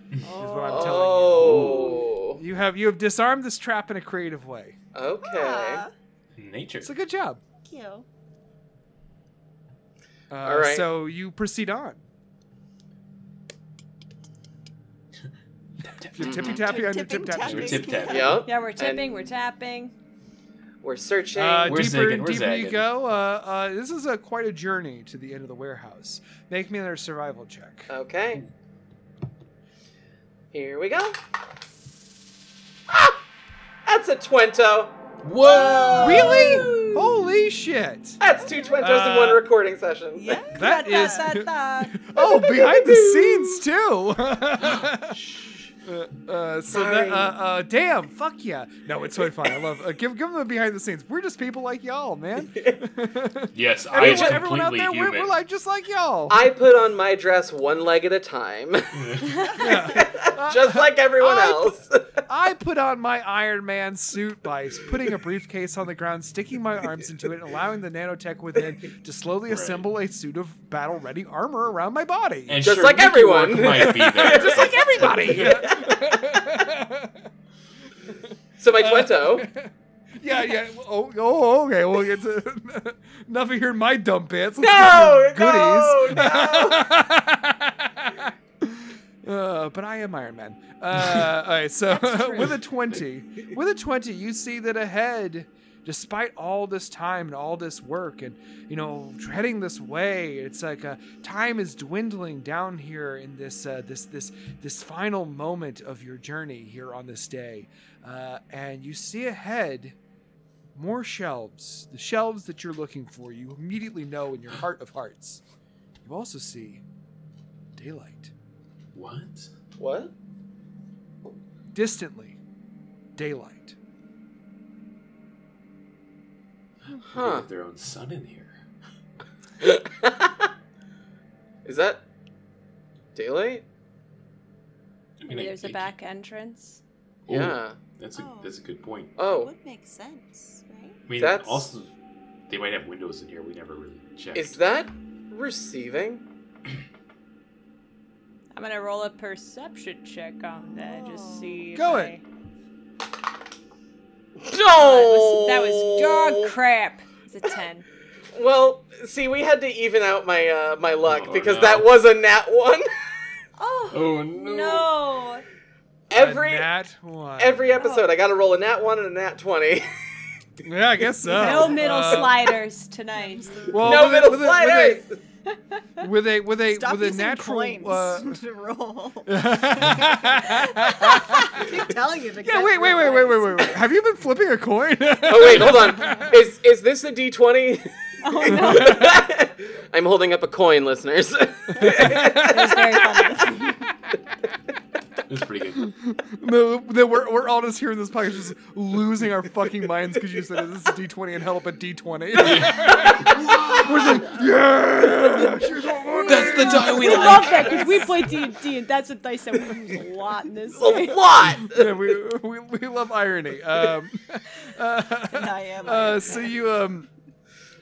Is what I'm telling
oh.
you. You have you have disarmed this trap in a creative way.
Okay.
Ah,
Nature.
So good job.
cute.
Uh,
All right.
So you proceed on. You're tippy tappy on your tip
Tipping
tap.
We're
tapping.
tip tap.
Yep.
Yeah, we're tipping,
And-
we're tapping.
We're searching.
Uh,
We're
deeper
zigging,
and
we're
deeper you
zagging.
go. Uh, uh, this is a quite a journey to the end of the warehouse. Make me another survival check.
okay. Here we go. Ah! That's a twento.
Oh.
Whoa!
Really? Holy shit!
That's two twentos in one
Uh,
recording session.
(laughs) Yeah.
That
Da,
is.
da, da, da.
(laughs) Oh, behind the scenes too. (laughs) Uh, uh, so that,
Sorry.
uh, uh, damn, fuck yeah! No, it's totally fine. I love. Uh, give give them the behind the scenes. We're just people like y'all, man.
Yes, I is
Everyone, everyone out
completely
there, we're,
human.
we're like just like y'all.
I put on my dress one leg at a
(laughs)
time, just like everyone
I-
else.
I put on my Iron Man suit by putting a briefcase on the ground, sticking my arms into it, and allowing the nanotech within to slowly assemble a suit of battle ready armor around my body.
and
Just
sure,
like
Mickey
everyone.
Rourke
(laughs)
might be there.
just like
(laughs)
everybody. yeah,
so my twento.
(laughs)
(laughs) yeah. Oh, oh okay. We'll get to (laughs) enough of hearing my dumb bits. Let's
No,
get to your
no,
goodies. (laughs) Uh, but I am Iron Man. Uh, all right, so (laughs) with a 20, with a 20, you see that ahead, despite all this time and all this work and, you know, treading this way, it's like uh, time is dwindling down here in this, uh, this, this, this final moment of your journey here on this day. Uh, and you see ahead more shelves, the shelves that you're looking for. You immediately know in your heart of hearts. You also see daylight.
What?
What?
distantly daylight
They
Huh?
have their own sun in here.
Is that daylight?
I mean, I-
Maybe there's a
I-
back entrance.
Ooh,
Yeah.
That's a that's a good point.
Oh,
Would make sense, right?
I mean,
That's-
also they might have windows in here. We never really checked.
is that receiving?
I'm gonna roll a perception check on that, just see. if
Go
I-
it.
No.
That was dog crap. It's a (laughs) ten.
Well, see, we had to even out my uh, my luck
Oh,
because
no.
that was a nat one.
Oh
Oh no!
no!
every
A nat one.
Oh.
every episode, I got to roll a nat one and a nat twenty.
yeah i guess so
Oh.
No middle
Uh,
sliders tonight.
well,
(laughs) no
with a-
middle
with a-
sliders.
with a with a with a,
Stop
with a
using
natural
coins (laughs)
uh,
to
(laughs)
roll.
yeah
I keep telling you to get
wait wait wait
real
wait wait
coins.
wait wait have you been flipping a coin (laughs)
oh wait, hold on. Is is this a D twenty? Oh no! (laughs) I'm holding up a coin, listeners.
It's very funny.
That's pretty good. (laughs)
no, no, we're, we're all just here in this podcast just losing our fucking minds because you said this is d20 and held up a (laughs) d20 we're just like yeah she's all on it."
That's
(laughs)
the die we
We love that because we play D and D, and that's what dice that we use a lot
(laughs)
in this. game.
a lot.
yeah, we, we, we love irony um
I am.
Uh, so you um.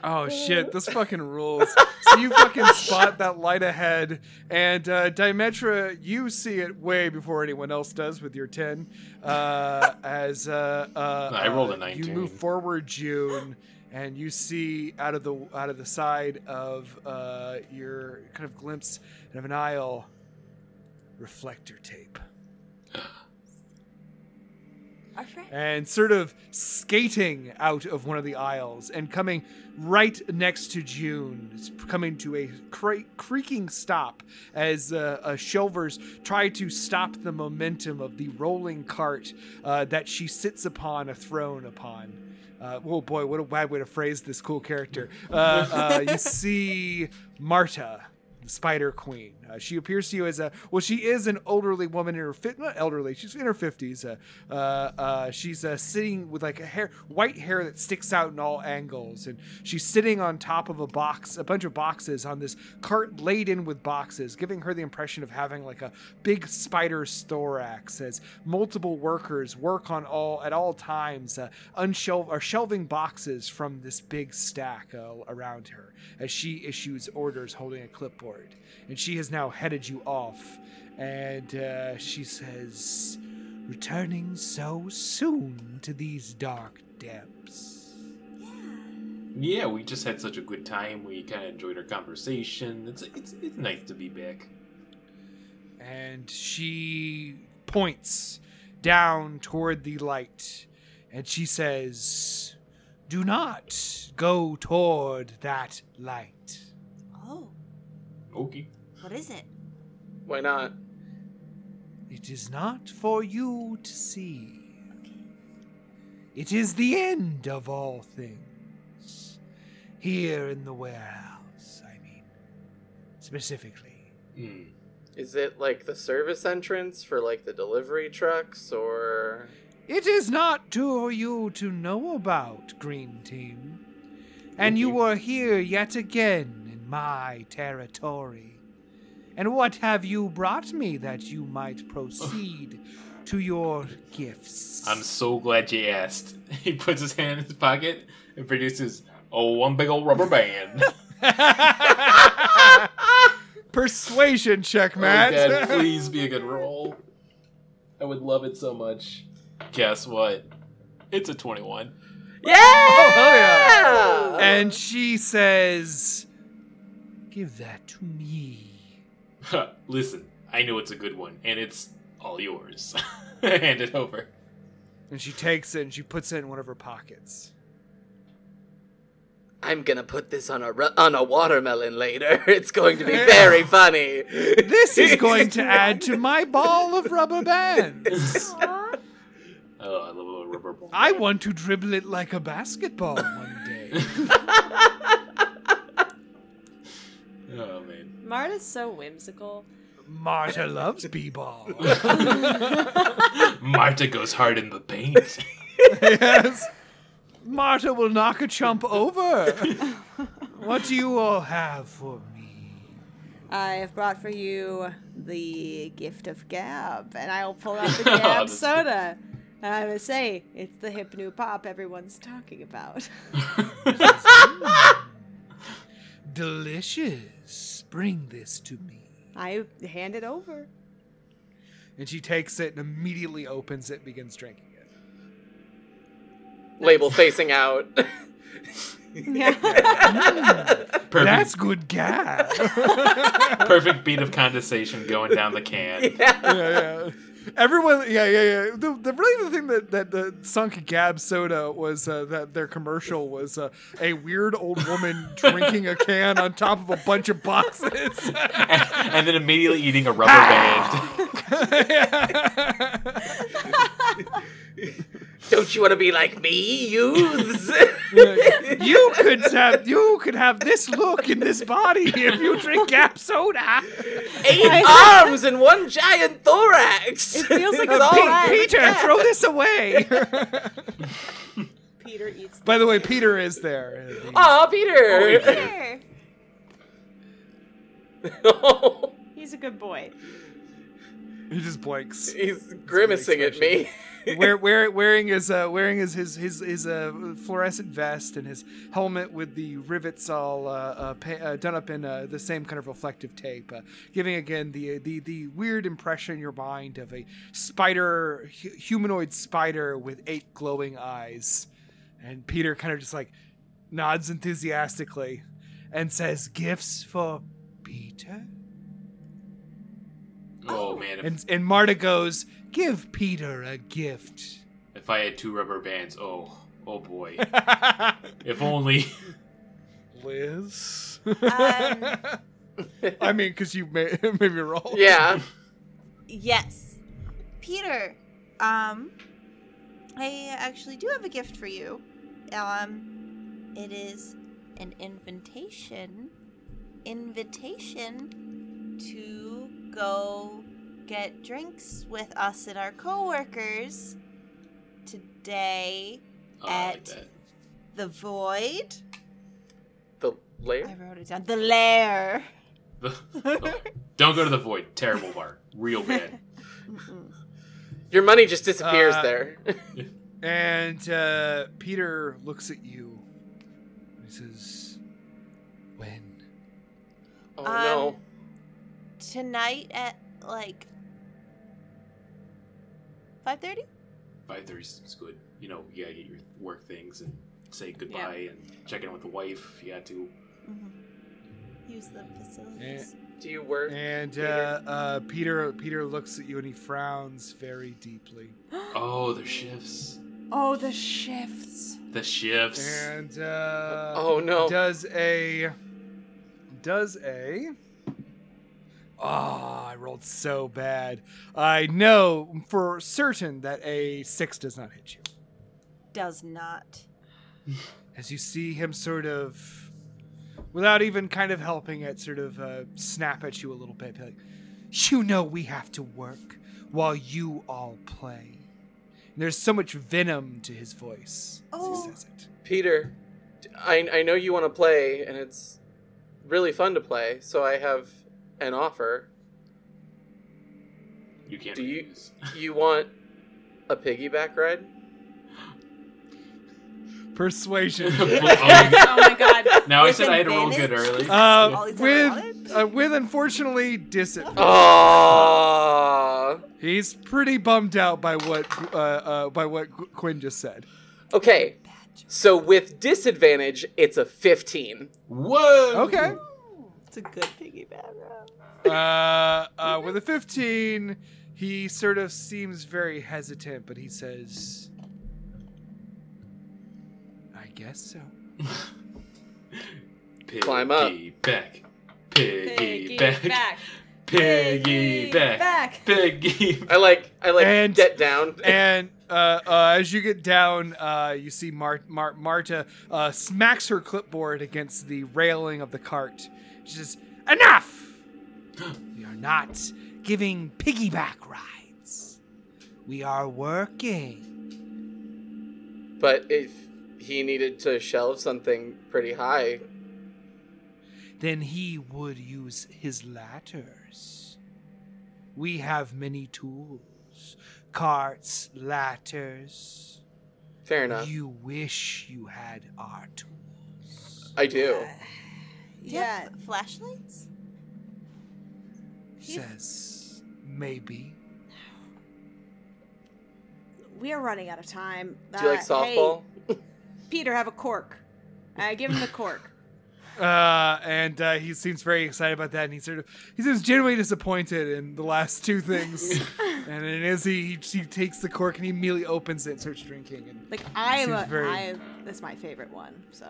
Oh shit! This fucking rules. So you fucking spot that light ahead, and uh, Dimetra, you see it way before anyone else does with your ten. Uh, as uh, uh,
I rolled a
uh, You
19.
move forward, June, and you see out of the out of the side of uh, your kind of glimpse of an aisle, reflector tape
Our friend.
and sort of skating out of one of the aisles and coming right next to June, it's coming to a cre- creaking stop as uh, uh, Shelvers try to stop the momentum of the rolling cart uh, that she sits upon, a throne upon. Uh, oh boy, what a bad way to phrase this cool character. Uh, uh, you see Marta, the Spider Queen. Uh, she appears to you as a well, she is an elderly woman in her fit, not elderly. She's in her fifties. Uh, uh, uh, she's uh, sitting with like a hair, white hair that sticks out in all angles, and she's sitting on top of a box, a bunch of boxes on this cart laden with boxes, giving her the impression of having like a big spider's thorax as multiple workers work on all at all times, uh, unshel- or shelving boxes from this big stack uh, around her as she issues orders holding a clipboard. And she has now headed you off, and uh, she says, "Returning so soon to these dark depths."
Yeah, we just had such a good time. We kind of enjoyed our conversation. It's, it's it's nice to be back.
and she points down toward the light and she says, Do not go toward that light.
Oh,
Okay.
what is it?
Why not?
It is not for you to see. It is the end of all things. Here in the warehouse, I mean, specifically.
Mm.
Is it like the service entrance for like the delivery trucks or
It is not to you to know about, Green Team. And you
Mhm.
were here yet again in my territory. And what have you brought me that you might
(sighs)
proceed to your gifts?
I'm so glad you asked. (laughs) He puts his hand in his pocket and produces oh one big old
(laughs)
rubber band.
Persuasion check, (laughs)
Oh, Dad, please be a good roll. I would love it so much. Guess what? It's a 21.
yeah.
Oh, And she says, "Give that to me."
Huh, (laughs) Listen, I know it's a good one, and it's all yours. (laughs) Hand it over.
And she takes it and she puts it in one of her pockets.
I'm gonna put this on a ru- on a watermelon later. (laughs) It's going to be very funny.
This
(laughs)
is going to add to my ball of rubber bands.
Oh, I love a little rubber ball.
I want to dribble it like a basketball one day.
Oh man.
Marta's so whimsical.
Marta loves b-ball.
Marta goes hard in
(laughs)
the paint.
yes. Marta will knock a chump over. What do you all have for me?
I have brought for you the gift of gab, and I will pull
(laughs)
out the
Oh,
gab
that's
soda. And I'm gonna say it's the hip new pop everyone's talking about. (laughs)
Delicious. Bring this to me.
I hand it over.
And she takes it and immediately opens it and begins drinking it.
Label facing out. (laughs)
Yeah.
Perfect,
That's good gab.
perfect beat of condensation going down the can.
(laughs) yeah, yeah. Everyone, yeah, yeah, yeah. The, the really the thing that that the sunk Gab soda was uh, that their commercial was uh, a weird old woman drinking a can on top of a bunch of boxes. (laughs)
and then immediately eating a rubber
Ah.
band. (laughs)
Don't you want to be like me, youths? (laughs)
you could have you could have this look in this body if you drink Gab soda.
Eight arms and one giant thorax. It
feels
(laughs)
like
it's
a
all
big-
Peter, throw this away.
Peter eats.
By the way, Peter is there.
Aw, Peter.
Peter,
(laughs)
he's a good
(laughs)
boy.
He just blinks.
He's grimacing at me.
wear, wear, wearing his uh, wearing his his his, his uh, fluorescent vest and his helmet with the rivets all uh, uh, pa- uh, done up in uh, the same kind of reflective tape, uh, giving again the uh, the the weird impression in your mind of a spider hu- humanoid spider with eight glowing eyes, and Peter kind of just like nods enthusiastically and says, "Gifts for Peter."
Oh man, if,
And and Marta goes, "Give Peter a gift." (laughs)
if I had two rubber bands, oh,
(laughs)
oh boy. If only. (laughs)
Liz.
Um,
(laughs) I mean, because you (laughs) made, made me roll.
(laughs) Yeah.
yes, Peter. Um, I actually do have a gift for you. Um, it is an invitation, invitation to go get drinks with us and our coworkers today.
Oh, I like
At-
that.
The Void.
The
I
layer?
wrote it down. The Lair.
Don't go to the void. Terrible bar.
(laughs)
Real bad.
Your money just disappears
Uh,
there. (laughs)
And uh, Peter looks at you. and He says, "When?"
oh
um,
no.
Tonight at like 5:30?
Five thirty is good. You know, you gotta get your work things and say goodbye and check in with the wife if you got to.
Use the facilities.
Do you work?
And uh,
Peter.
uh, Peter Peter looks at you and he frowns very deeply.
Oh, the shifts.
Oh, the shifts.
The shifts.
And uh,
(laughs) oh no.
does a does a Ah, I rolled so bad. I know for certain that a six does not hit you.
Does not.
As you see him sort of, without even kind of helping it, sort of uh, snap at you a little bit. Be like, you know, we have to work while you all play. And there's so much venom to his voice as he
Oh.
says it.
Peter, I, I know you want to play, and it's really fun to play, so I have an offer.
You can't
Do you-
refuse.
You want a piggyback ride?
(laughs)
Persuasion. Uh,
Oh,
oh my god.
now I
With
said I had to roll good
advantage?
early.
(laughs)
All
Uh,
he's ever
with
wanted?
uh, with unfortunately disadvantage.
Oh.
He's pretty bummed out by what uh, uh, by what Qu- Quinn just said.
Okay. So with disadvantage, it's a 15.
Whoa.
Okay.
It's a good piggyback ride.
Uh, uh, with a fifteen, he sort of seems very hesitant, but he says, "I guess so."
Piggy
Climb up.
Back. Piggy back.
back.
(laughs) Piggy back. Piggy.
I like I like
And-
get down.
And uh, uh, as you get down, uh, you see Mar- Mar- Marta uh, smacks her clipboard against the railing of the cart. She says, Enough! We are not giving piggyback rides. We are working.
But if he needed to shelve something pretty high,
Then he would use his ladders. We have many tools carts, ladders.
fair enough.
You wish you had our tools.
I do.
Do you have flashlights?
She says, Maybe.
We are running out of time.
Do you like
Uh, hey,
softball?
Peter, have a cork. Uh, give him the cork.
Uh, and uh, he seems very excited about that, and he sort of he seems genuinely disappointed in the last two things. and then as he, he he takes the cork and he immediately opens it and starts drinking, and,
(laughs)
Like I am,
Seems
a,
very-
I am. That's my favorite one. So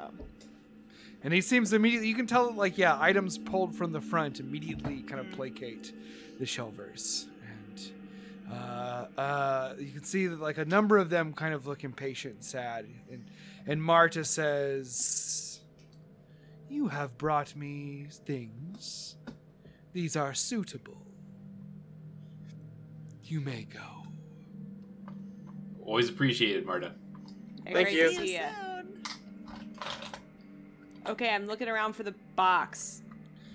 and he seems immediately you can tell like yeah items pulled from the front immediately kind of placate the shelvers, and uh, uh, you can see that like a number of them kind of look impatient, and sad, and and Marta says, "You have brought me things." These are suitable. You may go.
Always appreciated, Marta.
a
Thank
great
you.
See you
idea.
(laughs) soon.
Okay, I'm looking around for the box.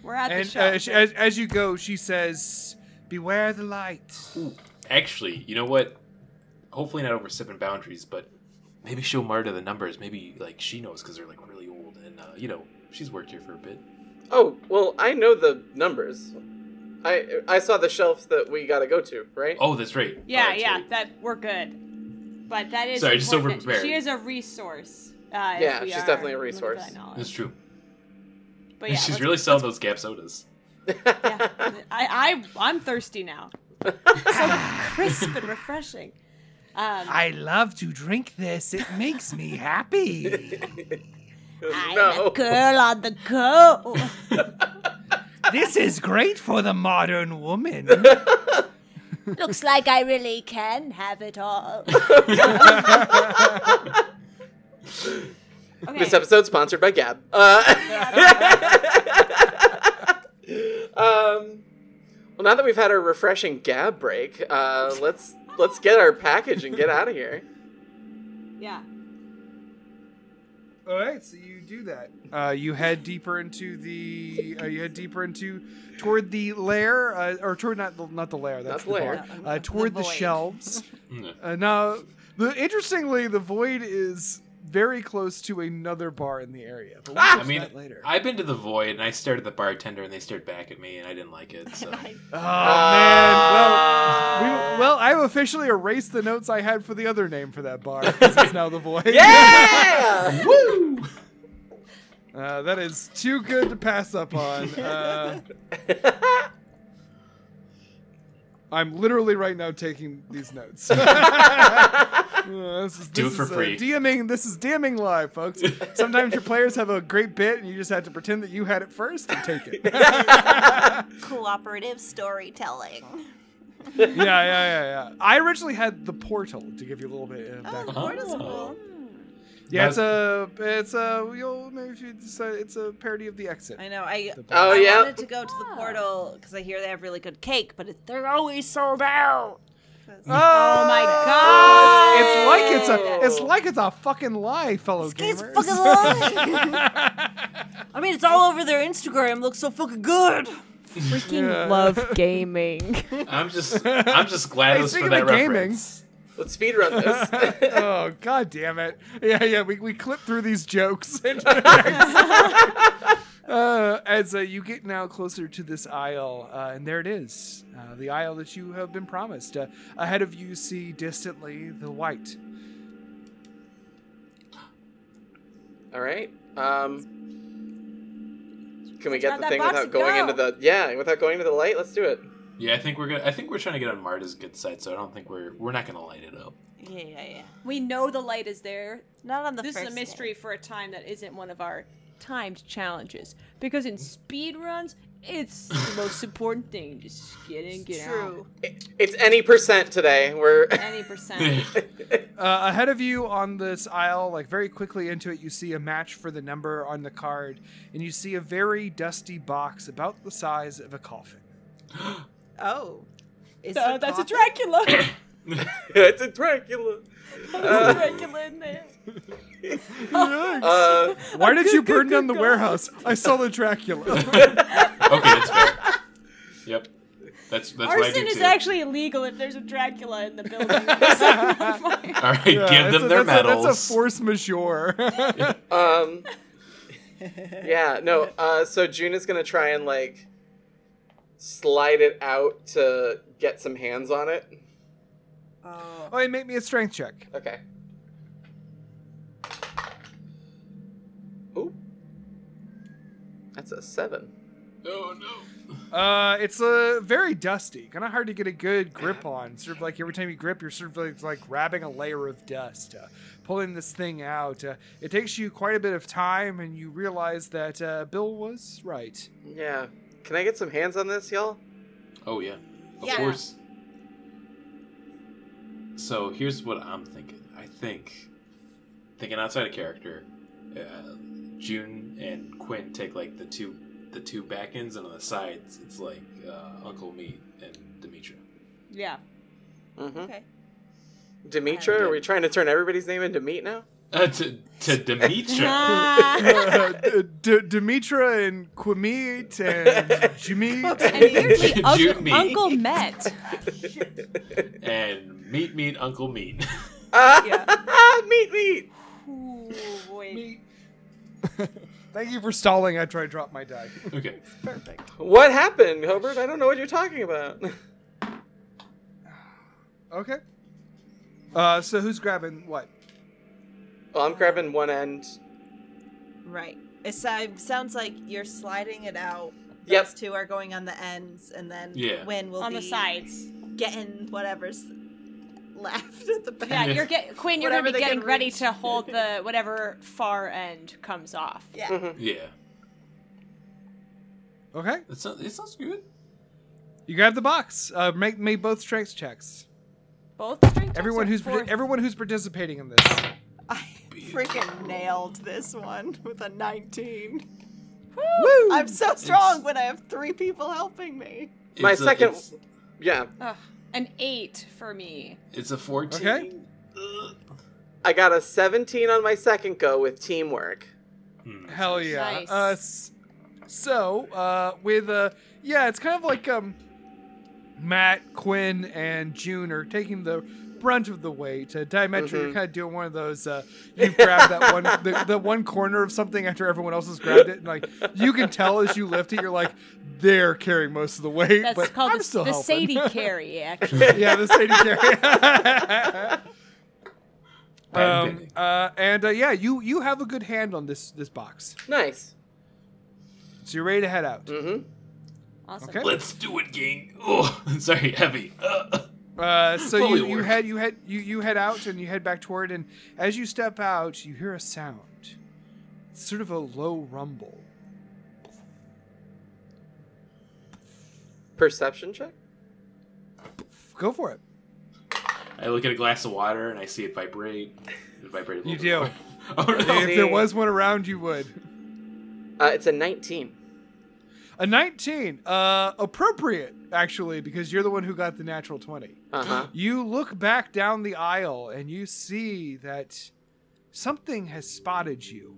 We're at the
And
shop.
uh, she, as, as you go, she says, Beware the light.
Actually, you know what? Hopefully not over sipping boundaries, but maybe show Marta the numbers. Maybe like she knows because they're like really old, and uh, you know she's worked here for a bit.
Oh, well, I know the numbers. I I saw the shelf that we gotta go to, right? (laughs)
Oh, that's right.
yeah,
Alright,
yeah,
sorry.
that we're good. But that is
Sorry, just so we're
important.
prepared.
She is a resource. Uh, if
Yeah,
we
she's
are
definitely a
looking for
resource.
that knowledge.
That's true.
But Oh, yeah,
(laughs) she's
let's-
really selling those gap sodas.
(laughs)
yeah. I, I I'm thirsty now. so crisp and refreshing. Um,
I love to drink this. It makes me happy.
(laughs) no.
girl on the
(laughs)
go.
This is great for the modern woman.
(laughs) Looks like I really can have it all. okay.
This episode sponsored by Gab. Uh, (laughs) um, Well, now that we've had our refreshing gab break, uh, let's let's get our package and get out of here.
Yeah.
All right, so you do that. Uh, you head deeper into the. Uh, you head deeper into toward the lair, uh, or toward not the, not the lair. That's
the lair.
bar.
No,
Uh,
the
toward the,
void.
shelves.
Mm.
Uh, now, the, interestingly, the void is very close to another bar in the area. But we'll
Ah!
get
I
to
mean,
that later.
I've been to the void and I stared at the bartender and they stared back at me and I didn't like it. So
oh man, well. We, well, I've officially erased the notes I had for the other name for that bar. 'cause It's now the void.
yeah!
woo.
Uh, that is too good to pass up on. Uh, I'm literally right now taking these notes. (laughs) Uh, this is,
Do
this
it for
is, uh,
free.
DMing, this is DMing live, folks. Sometimes your players have a great bit, and you just have to pretend that you had it first and take it. (laughs) yeah,
(laughs) Cooperative storytelling.
yeah, yeah, yeah. I originally had the portal to give you a little bit of
Oh, the
background.
board is
Oh.
cool.
Yeah, it's a, it's a, you'll maybe if you decide, it's a parody of the exit.
I know. I
The
Oh,
I
yeah.
wanted to go to the portal because I hear they have really good cake, but it, they're always sold out.
Oh my god.
It's like it's a it's like it's a fucking lie, fellow
It's
gamers.
fucking
(laughs)
lie. (laughs) I mean, it's all over their Instagram. Looks so fucking good.
Freaking
Yeah.
love gaming.
I'm just I'm just glad it
Hey,
was for
speaking
that
of gaming,
reference.
Let's speedrun
(laughs)
this.
(laughs)
(laughs)
oh god damn it! Yeah, yeah, we we clip through these jokes. (laughs) and- uh, as uh, you get now closer to this aisle, uh, and there it is, uh, the aisle that you have been promised. Uh, ahead of you, see distantly the white.
All right. Um, can we
Now
get the
that
thing
box
without
go.
going into the yeah without going into the light? Let's do it.
Yeah, I think we're gonna I think we're trying to get on Marta's good side, so I don't think we're we're not gonna light it up.
Yeah, yeah, yeah.
(laughs) We know the light is there.
Not on the
this
first.
is a mystery
day.
for a time that isn't one of our timed challenges. Because in speed runs, it's the
(laughs)
most important thing. Just get in, get
True.
It's any percent today. We're (laughs)
out. Any percent.
Uh, ahead of you on this aisle, like very quickly into it, you see a match for the number on the card, and you see a very dusty box about the size of a coffin.
Oh, is
No,
the
that's a
coffee-
Dracula.
it's a Dracula.
There's a Dracula in there.
Uh,
Why did you burn down the warehouse? I saw the
(laughs)
Dracula.
okay,
(laughs)
that's fair. Yep. That's that's what I do
Arson
too.
is actually illegal if there's a Dracula in the building. It's (laughs) on fire.
All right,
Yeah,
give
that's
them
a-
their
that's
medals.
A, that's a force
(laughs)
majeure.
um,
(laughs)
yeah, no. Uh, so June is gonna try and like slide it out to get some hands on it.
Oh.
oh, and make me a strength check.
Okay. Ooh, that's a seven.
Oh no.
Uh, it's uh, very dusty, kind of hard to get a good grip on. Sort of like every time you grip, you're sort of like, like grabbing a layer of dust, uh, pulling this thing out. Uh, it takes you quite a bit of time, and you realize that uh, Bill was right.
Yeah. Can I get some hands on this, y'all?
Oh yeah. Of
Yeah.
course. So here's what I'm thinking. I think thinking outside of character, uh, June and Quinn take like the two the two back ends and on the sides it's like uh, Uncle Meat and Demetra.
Yeah.
Mm-hmm.
Okay.
Demetra, are we trying to turn everybody's name into meat now? (laughs)
Uh, to to
(laughs)
(laughs)
Demetra.
Uh, D- D- Demetra and Quimit and Jimit.
And weirdly,
(laughs) Shoot
Uncle,
me.
Uncle
(laughs)
Met.
and meet meet Uncle Meat.
Ah, meat, meat.
Ooh, boy.
(laughs) Thank you for stalling after I dropped my die.
(laughs) okay.
What happened, Hobart? I don't know what you're talking about. (laughs)
Okay. Uh, so who's grabbing what?
Well, I'm grabbing one end.
Right. It sou- sounds like you're sliding it out.
Yep.
Those two are going on the ends, and then
Yeah.
Win will
On
be
the sides.
getting whatever's left at the back.
Yeah,
Yeah.
you're get Quinn. You're
Whatever
gonna
they
be
can
getting ready
reach.
to hold (laughs) the whatever far end comes off.
Yeah.
Yeah.
Okay.
That sounds it sounds good.
You grab the box. Uh, make make both strength checks.
Both strength. checks
Everyone
or
who's
four-
parti- everyone who's participating in this.
I freaking nailed this one with a 19.
Woo!
I'm so strong when I have three people helping me.
My
It's a-
second-
it's,
Yeah,
Ugh, an eight for me.
it's a fourteen.
Okay.
Ugh.
I got a 17 on my second go with teamwork.
Hmm.
Hell yeah.
Nice.
Uh, s- so, uh, with, uh, yeah, it's kind of like um, Matt, Quinn, and June are taking the brunt of the weight. Uh, Dimetro, you're
Mhm.
kind of doing one of those, uh, you grab that one, the, the one corner of something after everyone else has grabbed it, and, like, you can tell as you lift it, you're like, they're carrying most of the weight,
That's
but
called
I'm
the,
still
the
helping.
Sadie carry, actually.
yeah, the Sadie carry.
Patent
(laughs) um,
pending.
uh, and, uh, yeah, you, you have a good hand on this, this box.
Nice.
So you're ready to head out.
Mm-hmm.
Awesome.
Okay.
Let's do it, gang. Oh, (laughs) sorry, heavy. Ugh.
Uh, so
Fully
you, you
aware.
head you head you, you head out and you head back toward and as you step out you hear a sound it's sort of a low rumble
Perception check?
go for it
I look at a glass of water and I see it vibrate. It vibrated. A
You
little
do.
bit. (laughs) oh no!
if there was one around you would
Uh, it's a 19.
a 19 uh appropriate actually because you're the one who got the natural 20
Uh-huh.
you look back down the aisle and you see that something has spotted you.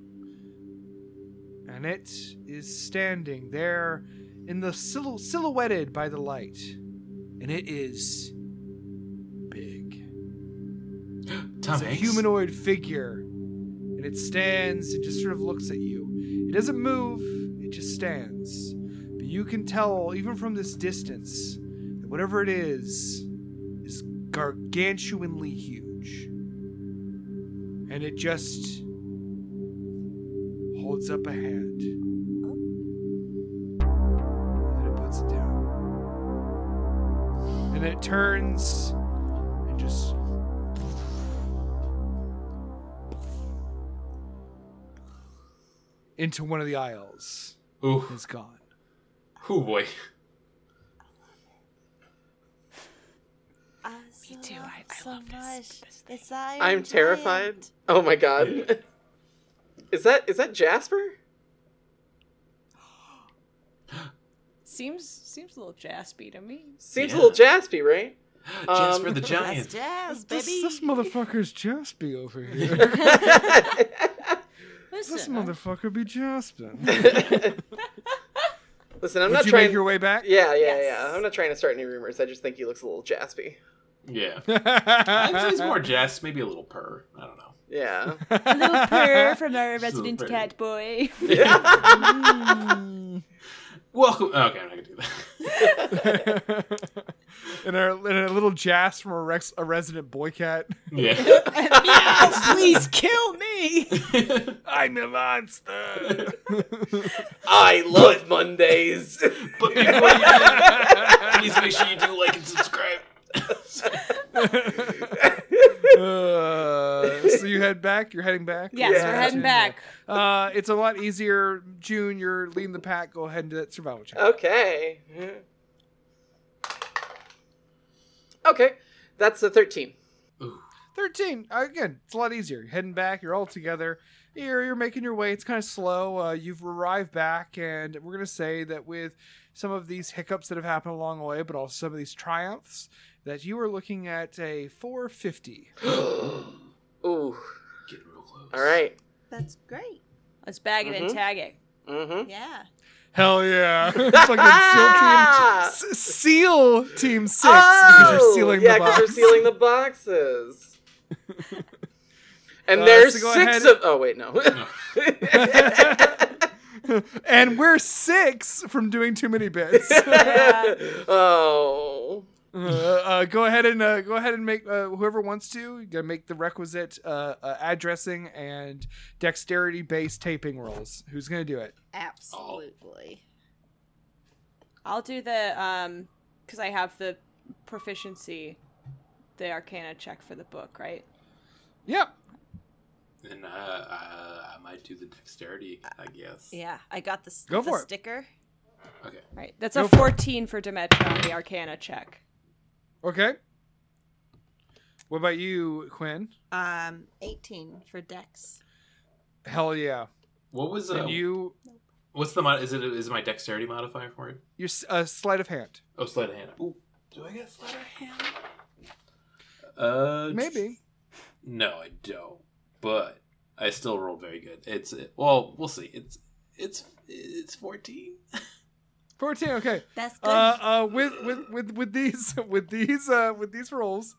And it is standing there in the sil- silhouetted by the light. And it is big.
Tom
It's a
Hanks.
humanoid figure. And it stands and just sort of looks at you. It doesn't move, it just stands. But you can tell, even from this distance, that whatever it is, is gargantuanly huge. And it just holds up a hand. And it puts it down. And it turns and just into one of the aisles.
Ooh,
It's gone.
ooh boy.
I
Me
so
too,
love
I-
it
I
so
love this-
much.
this
It's the Iron
I'm terrified.
Giant.
Oh my god. (laughs) is that is that Jasper?
Seems seems a little jaspy to me.
Seems
Yeah.
a little Jaspy,
(laughs)
right? (laughs)
Um,
Jasper the
That's
Giant.
jazz,
This,
baby.
this motherfucker's Jasper over here. this
Listen,
(laughs) motherfucker be Jasper.
Listen, I'm
Would
not
you
trying
make your way back? (laughs)
Yeah, yeah,
Yes.
yeah. I'm not trying to start any rumors. I just think he looks a little Jaspy.
Yeah. I'd say it's more Jas, maybe a little purr. I don't know.
(laughs)
Yeah.
a little purr (laughs) from our resident
resident purr. cat
cat boy.
Welcome. Okay, I'm not gonna do that. (laughs)
and, our, and our little Jas from a, rex, a resident boy cat.
(laughs)
Yeah.
Please kill me.
I'm a monster.
(laughs) I love Mondays.
But before you do, that, please make sure you do like and subscribe.
(laughs) Uh, so you head back. You're heading back.
Yes,
Yeah.
we're heading back.
Uh, it's a lot easier. June, you're leading the pack. Go ahead and do that survival check.
(laughs) okay. Okay. That's a 13.
Ooh.
13 again it's a lot easier you're heading back you're all together you're, you're making your way it's kind of slow uh, you've arrived back and we're going to say that with some of these hiccups that have happened along the way but also some of these triumphs that you are looking at a 450
Ooh.
Get real close.
All right.
That's great.
Let's bag it
Mhm.
and tag it.
Mm-hmm.
Yeah.
hell yeah (laughs) it's like
(laughs)
that seal team S- seal team six because you're sealing
Oh! yeah,
the box
you're sealing
(laughs)
the boxes. and
Uh,
there's
so go ahead.
six of. Oh wait, no. (laughs)
(laughs)
and we're six from doing too many
(laughs)
bits (laughs)
oh. (laughs)
uh, uh, go ahead and uh, go ahead and make uh, whoever wants to you gotta make the requisite uh, uh, addressing and dexterity based taping rolls. Who's gonna do it?
Oh,
Absolutely.
I'll do the um because I have the proficiency, the Arcana check for the book, right?
Yep.
Then uh, uh, I might do the dexterity, I guess.
Yeah. I got the, s-
Go
the
for it.
sticker.
Okay.
Right. That's
Go
a
for it.
fourteen for Demetra on the Arcana check.
Okay. What about you, Quinn?
Um, 18 for Dex.
Hell yeah!
What was uh,
And you
What's the mod? Is it is it my dexterity modifier for it?
Your s- uh, sleight of hand.
Oh, sleight of hand. Ooh, do I get sleight of hand? Uh,
Maybe.
No, I don't. But I still rolled very good. It's well, we'll see. It's it's it's fourteen.
14 okay
That's good.
uh, uh, with, with with with these (laughs) with these uh, with these rolls,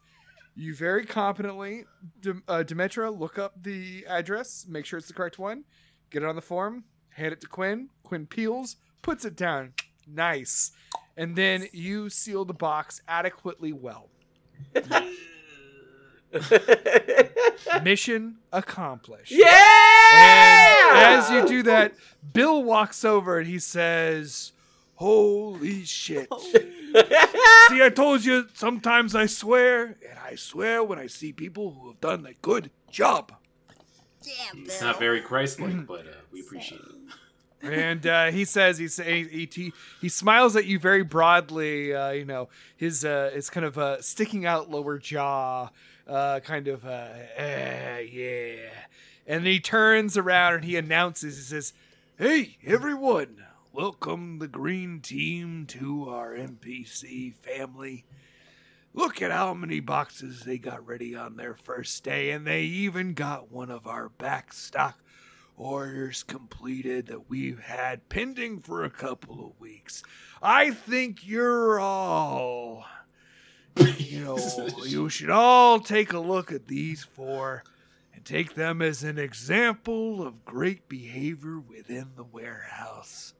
you very competently, Dem- uh, Demetra, look up the address, make sure it's the correct one, get it on the form, hand it to Quinn. Quinn peels, puts it down. Nice, and then you seal the box adequately well. Mission accomplished. And
yeah!
as you do that, Bill walks over and he says, "Holy shit." See, I told you, sometimes I swear, and I swear when I see people who have done a good job.
It's not very Christ-like, but uh, we appreciate it.
And uh, he says, he, sa- he, he, he smiles at you very broadly, uh, you know, his, uh, his kind of uh, sticking out lower jaw, uh, kind of, uh, eh, yeah. And he turns around and he announces, he says, Hey, everyone, welcome the green team to our NPC family. Look at how many boxes they got ready on their first day, and they even got one of our back stock orders completed that we've had pending for a couple of weeks. I think you're all. You know, you should all take a look at these four and take them as an example of great behavior within the warehouse.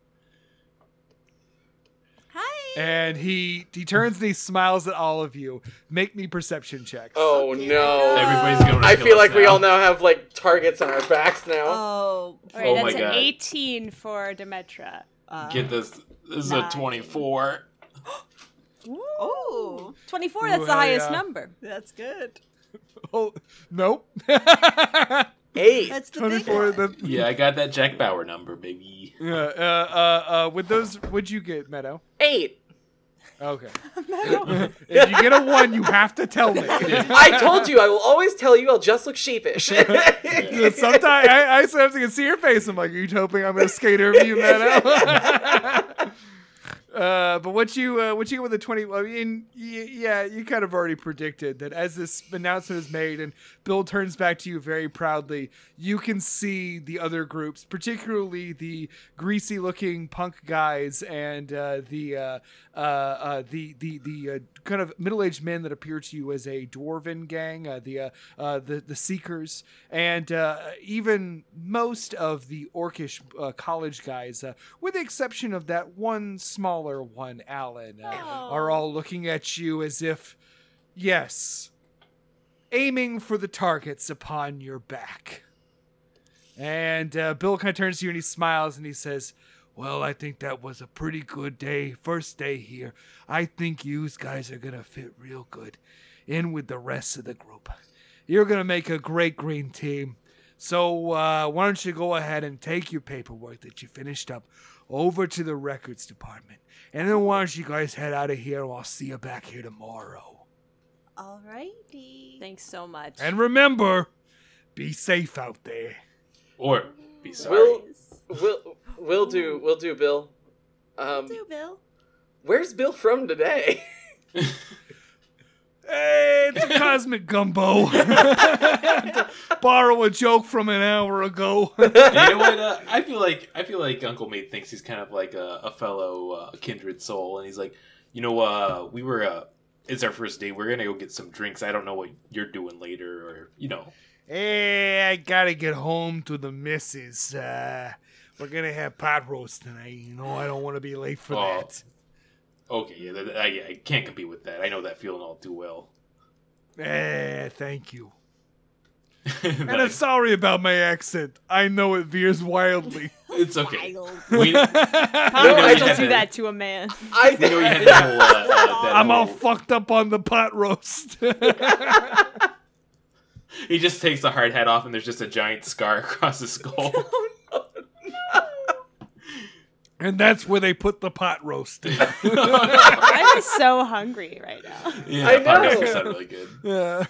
Hi.
And he he turns and he smiles at all of you. Make me perception checks.
(laughs) Oh no.
Everybody's going.
I feel like we all now have like targets on our backs now.
Oh,
All right,
Oh
that's
my
an
God.
18 for Demetra.
uh,
Get this. This is a
Nine.
twenty-four.
oh,
24,
Ooh,
that's the
hell
highest
yeah.
number.
that's good.
Oh, nope. (laughs)
Eight.
That's the big
Twenty-four.
one.
The,
Yeah, I got that Jack Bauer number, baby.
yeah. Uh, uh, uh, with those, would you get Meadow?
Eight.
Okay. (laughs) if you get a one, you have to tell me.
I told you I will always tell you I'll just
(laughs)
look sheepish.
Sometimes I, I sometimes can see your face. I'm like, are you hoping I'm gonna skate over you, Meadow? (laughs) Uh, but what you uh, what you get with the twenty? I mean, y- yeah, you kind of already predicted that as this announcement is made and Bill turns back to you very proudly, you can see the other groups, particularly the greasy-looking punk guys and uh, the uh, uh, uh, the the the uh, kind of middle-aged men that appear to you as a dwarven gang, uh, the uh, uh, the the seekers, and uh, even most of the orcish uh, college guys, uh, with the exception of that one smaller one, Alan, uh, are all looking at you as if, yes, aiming for the targets upon your back. And uh, Bill kind of turns to you and he smiles and he says, well, I think that was a pretty good day, first day here. I think you guys are going to fit real good in with the rest of the group. You're going to make a great green team. So, uh, why don't you go ahead and take your paperwork that you finished up over to the records department? And then, why don't you guys head out of here and I'll see you back here tomorrow?
Alrighty.
Thanks so much.
And remember, be safe out there.
Or be
(laughs)
sorry.
we'll we'll we'll do we'll do Bill. Um,
Do Bill.
where's Bill from today? (laughs)
Hey, it's a cosmic gumbo. (laughs) To borrow a joke from an hour ago. (laughs)
you know what? Uh, I feel like I feel like Uncle Meat thinks he's kind of like a, a fellow uh, kindred soul, and he's like, you know, uh, we were. Uh, it's our first date. We're gonna go get some drinks. I don't know what you're doing later, or you know.
Hey, I gotta get home to the missus. Uh, we're gonna have pot roast tonight. You know, I don't want to be late for
Oh.
that.
Okay, yeah, that, I, I can't compete with that. I know that feeling all too well. (laughs)
Eh, thank you.
But
And I'm sorry about my accent. I know it veers wildly.
it's okay.
Wild.
We, we know
Probably
No, I
don't
don't
do
know.
that to a man.
I
you had that whole. Uh, uh, that
I'm all
whole-
fucked up on the pot roast. (laughs)
he just takes the hard hat off, (laughs) and there's just a giant scar across his skull.
And that's where they put the pot roast in.
I'm so hungry right (laughs) now.
Yeah,
I
pot roast
know.
beef sounded really good.
(laughs) Yeah.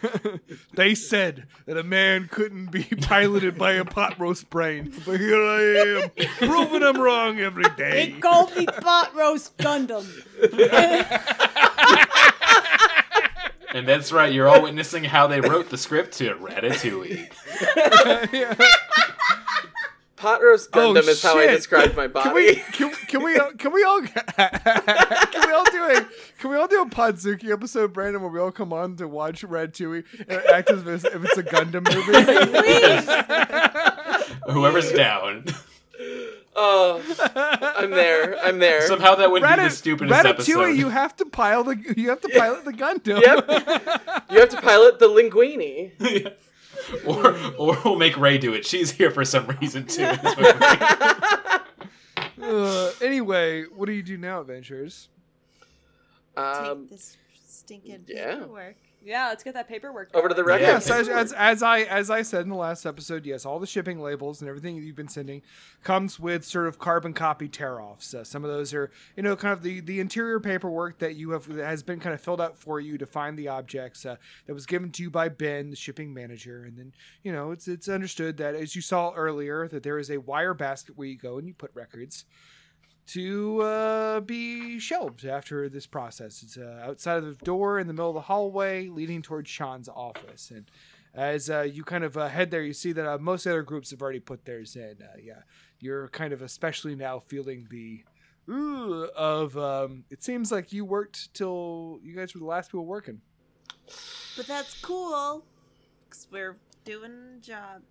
they said that a man couldn't be (laughs) piloted by a pot roast brain. But here I am, proving them wrong every day.
called me pot roast Gundam.
And that's right, you're all witnessing how they wrote the script to Ratatouille.
Pot roast
Oh,
Gundam is how I
shit.
described my
Can we,
body.
can, can we all- can we all (laughs) can we all do a can we all do a Podzuki episode, Brandon, where we all come on to watch Red Chewy and act as if it's, if it's a Gundam
(laughs)
movie?
Whoever's down.
(laughs) Oh, I'm there. I'm there.
Somehow that would be the
Ratat-
stupidest episode.
Ratatouille, you have to pile the you have to pilot the Gundam. (laughs)
Yep. You have to pilot the linguini.
(laughs) Or, or we'll make Ray do it. She's here for some reason too. in this movie.
Uh, anyway, what do you do now, Adventures?
Um,
Take (laughs) this stinking
yeah.
paperwork.
Yeah, let's get that paperwork.
over to the
going.
record.
Yes, as, as, as I as I said in the last episode, yes, all the shipping labels and everything you've been sending comes with sort of carbon copy tear offs. Uh, some of those are you know kind of the the interior paperwork that you have that has been kind of filled out for you to find the objects uh, that was given to you by Ben, the shipping manager, and then you know it's it's understood that as you saw earlier that there is a wire basket where you go and you put records. To uh, be shelved after this process. It's uh, outside of the door in the middle of the hallway leading towards Sean's office. And as uh, you kind of uh, head there, you see that uh, most other groups have already put theirs in. Uh, yeah, you're kind of especially now feeling the ooh of um, it seems like you worked till you guys were the last people (laughs) working.
But that's cool, because we're doing a job.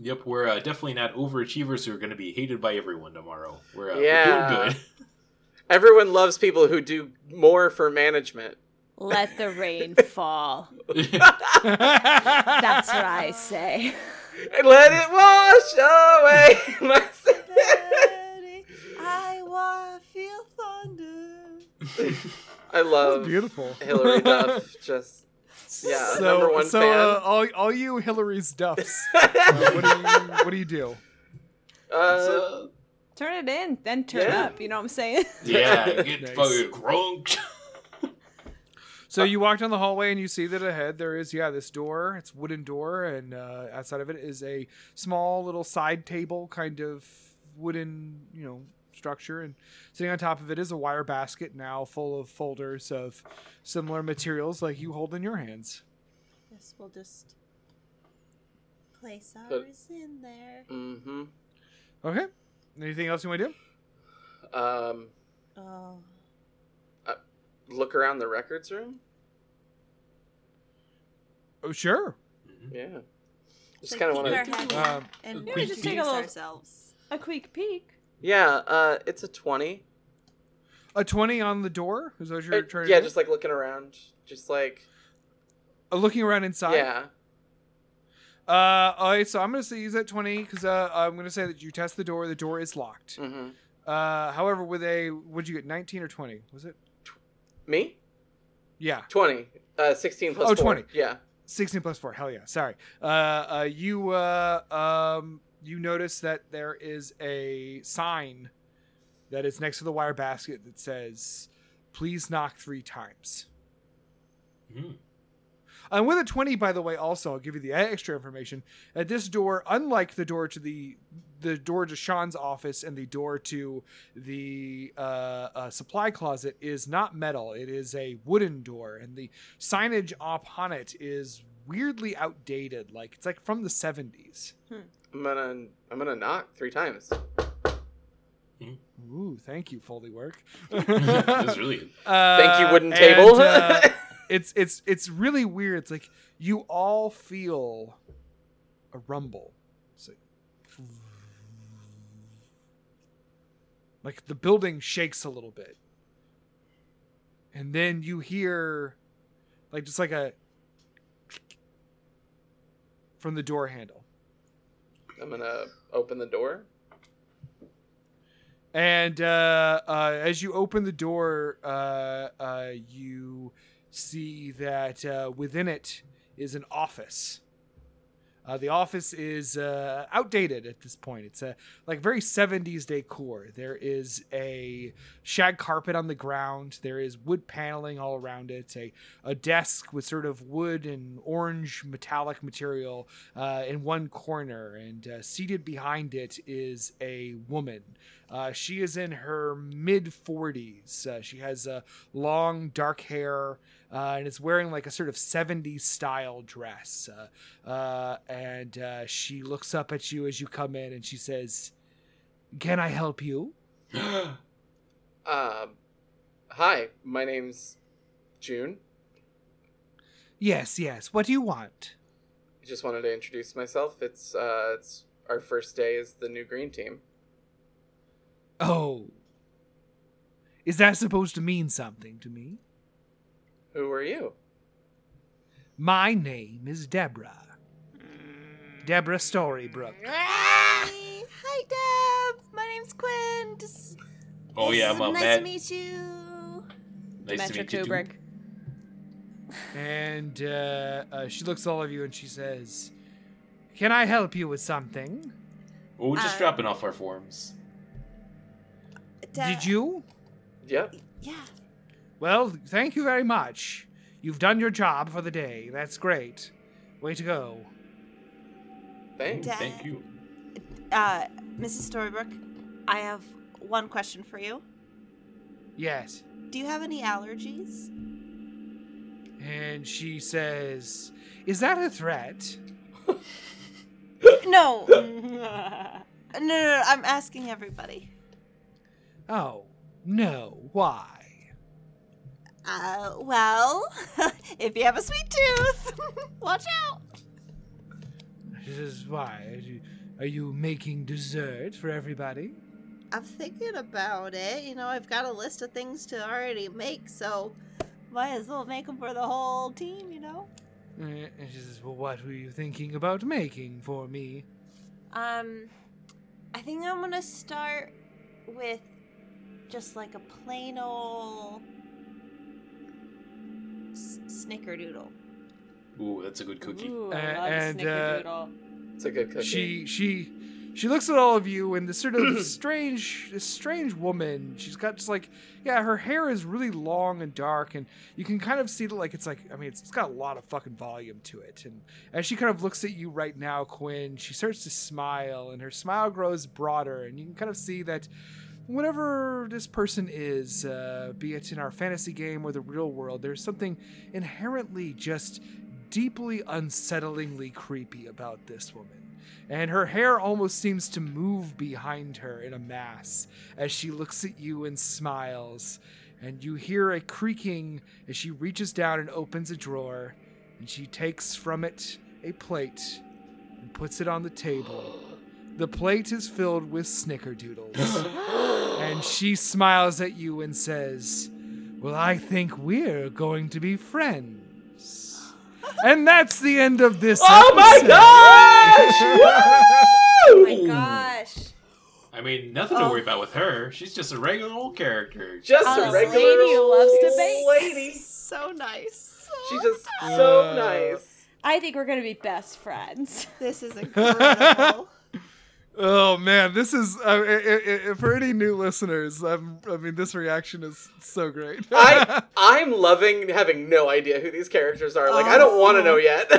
yep, we're uh, definitely not overachievers who are going to be hated by everyone tomorrow. We're, uh, we're
Yeah.
doing good.
Everyone loves people who do more for management.
Let the rain fall. (laughs) That's what I say.
And let it wash away (laughs) my sin.
Daddy, I want to feel thunder.
I love
Beautiful. (laughs)
Hillary Duff. Just yeah, number one
so
fan.
Uh, all, all you Hillary's duffs.
(laughs)
uh, what, do you, what do you do?
Uh,
So,
Turn it in, then turn
Yeah.
up. You know what I'm saying? (laughs)
yeah, (laughs) get
Nice.
fucking crunk. (laughs)
So you walk down the hallway and you see that ahead there is yeah this door. It's wooden door and uh, outside of it is a small little side table kind of wooden you know structure and sitting on top of it is a wire basket now full of folders of similar materials like you hold in your hands.
Guess we'll just place
But-
ours in there.
hmm
Okay. Anything else you want to do?
Um, uh,
Oh,
look around the records room.
Oh sure. Mm-hmm.
Yeah, just
Like,
kind of
peek
want to.
our head in
Um,
and
Yeah,
we
just
just
take
a little-
ourselves.
A quick peek.
Yeah, uh, it's a twenty.
a twenty on the door. Is that what
Or-
you're trying?
Uh, yeah,
to do?
just like looking around, just like
Uh, looking around inside.
yeah.
Uh, all right. So I'm gonna say use that twenty because uh, I'm gonna say that you test the door. The door is locked.
hmm
Uh, however, with a would you get 19 or 20? Was it?
Me
Yeah,
twenty. Uh, sixteen plus
Oh,
four.
20.
Yeah.
16 plus four. Hell yeah. Sorry. Uh, uh, you uh, um, you notice that there is a sign that is next to the wire basket that says, "Please knock three times."
Mm.
And with a 20, by the way, also, I'll give you the extra information. At this door, unlike the door to the the door to Sean's office and the door to the uh, uh, supply closet is not metal. It is a wooden door, and the signage upon it is weirdly outdated. Like it's like from the 70s.
I'm gonna I'm gonna knock three times.
Ooh, thank you, Foley work.
That's really good.
Thank you,
Uh,
wooden
and,
table. (laughs)
uh, it's it's it's really weird. It's like you all feel a rumble. It's like, like the building shakes a little bit. And then you hear like just like a from the door handle.
I'm gonna open the door.
And uh, uh, as you open the door, uh, uh, you see that uh, within it is an office. Uh, the office is uh, outdated at this point. It's a like very 70s decor. There is a shag carpet on the ground. There is wood paneling all around it. A a desk with sort of wood and orange metallic material uh, in one corner, and uh, seated behind it is a woman. Uh, she is in her mid 40s. Uh, she has uh, long dark hair uh, and is wearing like a sort of 70s style dress. Uh, uh, and uh, she looks up at you as you come in and she says, Can I help you?
Uh, hi, my name's June.
Yes, yes. What do you want?
I just wanted to introduce myself. It's uh, it's our first day as the new green team.
Oh. Is that supposed to mean something to me?
Who are you?
My name is Deborah. Deborah Storybrooke.
Hi, hi, Deb. My name's Quinn. Just-
Oh yeah, I'm a
nice
mad.
to meet you.
nice to
Demetra
meet you.
Kubrick.
dude.
And uh, uh, she looks at all of you and she says, Can I help you with something?
Well, we're just
Uh,
dropping off our forms.
Da-
Did you?
Yeah.
Yeah.
Well, thank you very much. You've done your job for the day. That's great. Way to go.
Thanks.
Dad.
Thank you.
Uh, Mrs. Storybrook, I have one question for you.
Yes.
Do you have any allergies?
And she says, Is that a threat?
(laughs) No. no, no, no. I'm asking everybody.
Oh, no. Why?
Uh, well, (laughs) if you have a sweet tooth, (laughs) watch out.
She says, Why? Are you, are you making dessert for everybody?
I'm thinking about it. You know, I've got a list of things to already make, so might as well make them for the whole team, you know?
Uh, And she says, Well, what were you thinking about making for me?
Um, I think I'm gonna start with just like a plain old s- snickerdoodle.
Ooh, that's a good cookie.
Ooh,
Uh,
I love
and, uh,
snickerdoodle.
It's a good cookie.
she she she looks at all of you and this sort of strange this strange woman she's got just like yeah her hair is really long and dark and you can kind of see that like it's like i mean it's, it's got a lot of fucking volume to it and as she kind of looks at you right now quinn she starts to smile and her smile grows broader and you can kind of see that whatever this person is uh, be it in our fantasy game or the real world there's something inherently just deeply unsettlingly creepy about this woman and her hair almost seems to move behind her in a mass as she looks at you and smiles. And you hear a creaking as she reaches down and opens a drawer, and she takes from it a plate and puts it on the table. The plate is filled with
(gasps)
snickerdoodles. and she smiles at you and says, Well, I think we're going to be friends. And that's the end of this.
Oh my
episode. (laughs)
Oh my gosh.
I mean, nothing
Oh.
to worry about with her. She's just a regular old character.
just a
Honestly,
regular
lady who loves to
old
bake.
lady.
So nice.
She's just so
Uh,
nice.
I think we're gonna be best friends. (laughs)
This is incredible.
Oh man, this is uh, i i i for any new listeners. I'm, I mean, this reaction is so great.
I I'm loving having no idea who these characters are.
Oh.
Like I don't want to know yet.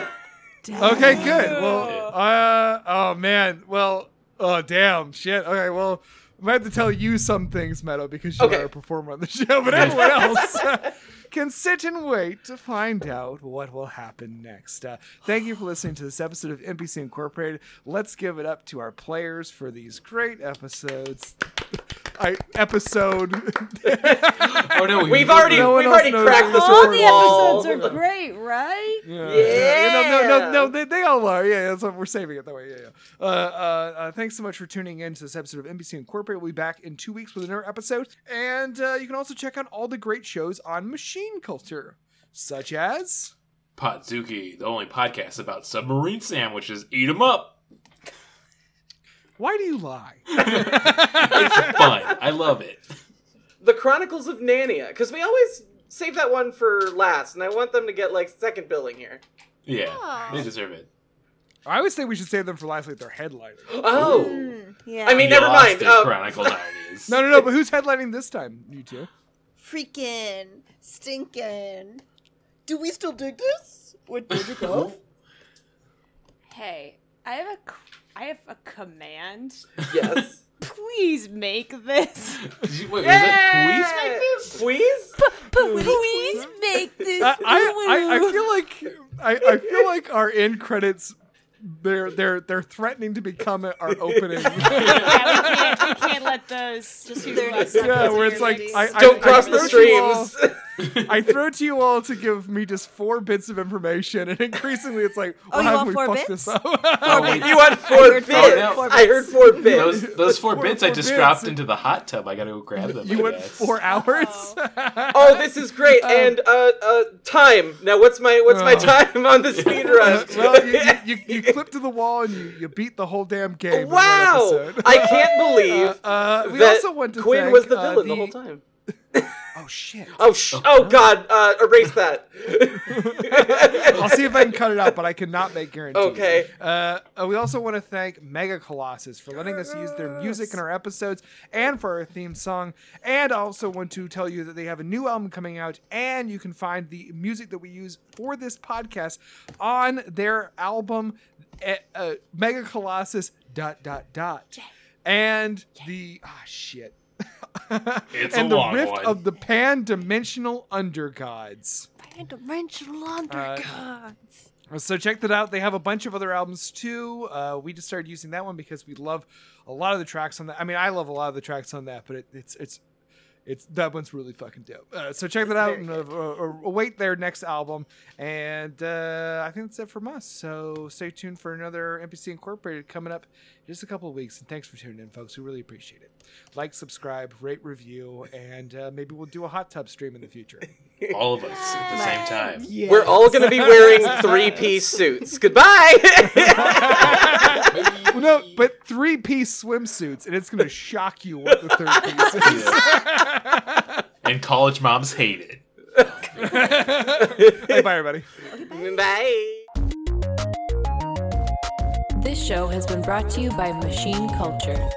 (laughs)
okay, good. Well, uh, oh man. Well, oh damn, shit. Okay, well, I might have to tell you some things, Meadow, because you're
Okay.
a performer on the show, but everyone else. uh, Can sit and wait to find out what will happen next. Uh, thank you for listening to this episode of NPC Incorporated. Let's give it up to our players for these great episodes. (laughs) I episode. (laughs)
Oh no, we-
we've already
No one
we've
else
already
knows
cracked
this
this
All
fourth
the
wall.
episodes are great, right?
Yeah.
Yeah.
No, no, no, no they, they all are. Yeah, that's what we're saving it that way. Yeah, yeah. Uh, uh, uh, thanks so much for tuning in to this episode of NBC Incorporated. We'll be back in two weeks with another episode. And uh, you can also check out all the great shows on machine culture, such as.
Potzuki, the only podcast about submarine sandwiches. Eat
(laughs)
'em up.
Why do you lie?
It's fun. I love it.
The Chronicles of Narnia, because we always save that one for last, and I want them to get like second billing here.
Ah.
Yeah, they deserve it.
I would say we should save them for last. Like they're headlining.
Oh,
Yeah.
I mean, never
Lost
mind.
it,
Uh,
Chronicle
(laughs)
90s.
Oh. No, no, no. But who's headlining this time? You two.
freaking stinking. Do we still dig this? What did you go?
Hey, I have a, c- I have a command.
yes.
Please make this.
Did you- Wait, was that police?
(laughs) Please?
(laughs) Please make this.
Uh, I, I, I, I feel like I, I feel like our end credits. They're they're they're threatening to become our opening. (laughs) yeah,
yeah, we can't, we can't let those. Just
they're just-
where it's like I, I-
Don't
I
cross the
throw to you all-
streams. (laughs)
I throw to you all to give me just four bits of information, and increasingly it's like,
Oh,
well,
you
how
want
we
four
fucked
bits?
this up? (laughs)
Oh, wait,
You had four
heard
bits.
four-
four
I heard four bits.
Those,
(laughs)
those four
Four-
bits I
four
just
bits.
dropped into the hot tub. I gotta go grab them.
you
I
went
guess.
four hours.
(laughs) Oh, this is great. and uh, uh, time. Now, what's my what's my
Oh. (laughs)
time on the speed run?
(laughs) well,
(laughs)
you, you, you, you clip to the wall and you, you beat the whole damn game. in one
wow!
episode.
I can't believe
Uh, we
that
also want to
Quinn
thank,
was the
uh,
villain the whole time.
Oh shit!
Oh, sh- oh God! Uh,
(laughs)
erase that. (laughs)
I'll see if I can cut it out, but I cannot make guarantees.
Okay.
Uh, uh, we also want to thank Mega Colossus for letting us use their music in our episodes and for our theme song. And I also want to tell you that they have a new album coming out, and you can find the music that we use for this podcast on their album, uh, uh, Mega Colossus. Dot dot dot. And the ah shit. (laughs)
It's a
and the
long
rift
one.
of the pan dimensional undergods.
Dimensional
Uh,
undergods.
So check that out. They have a bunch of other albums too. Uh, we just started using that one because we love a lot of the tracks on that. I mean, I love a lot of the tracks on that, but it, it's it's it's that one's really fucking dope. Uh, so check that out and uh, uh, await their next album. And uh, I think that's it from us. So stay tuned for another NPC Incorporated coming up in just a couple of weeks. And thanks for tuning in, folks. We really appreciate it. Like, subscribe, rate, review, and uh, maybe we'll do a hot tub stream in the future.
All of us at the same time.
We're all gonna be wearing three-piece suits. Goodbye. (laughs)
Well, no, but three piece swimsuits, and it's going to shock you what the third piece is.
And college moms hate it.
Hey, (laughs) bye, everybody.
Bye.
This show has been brought to you by Machine Culture.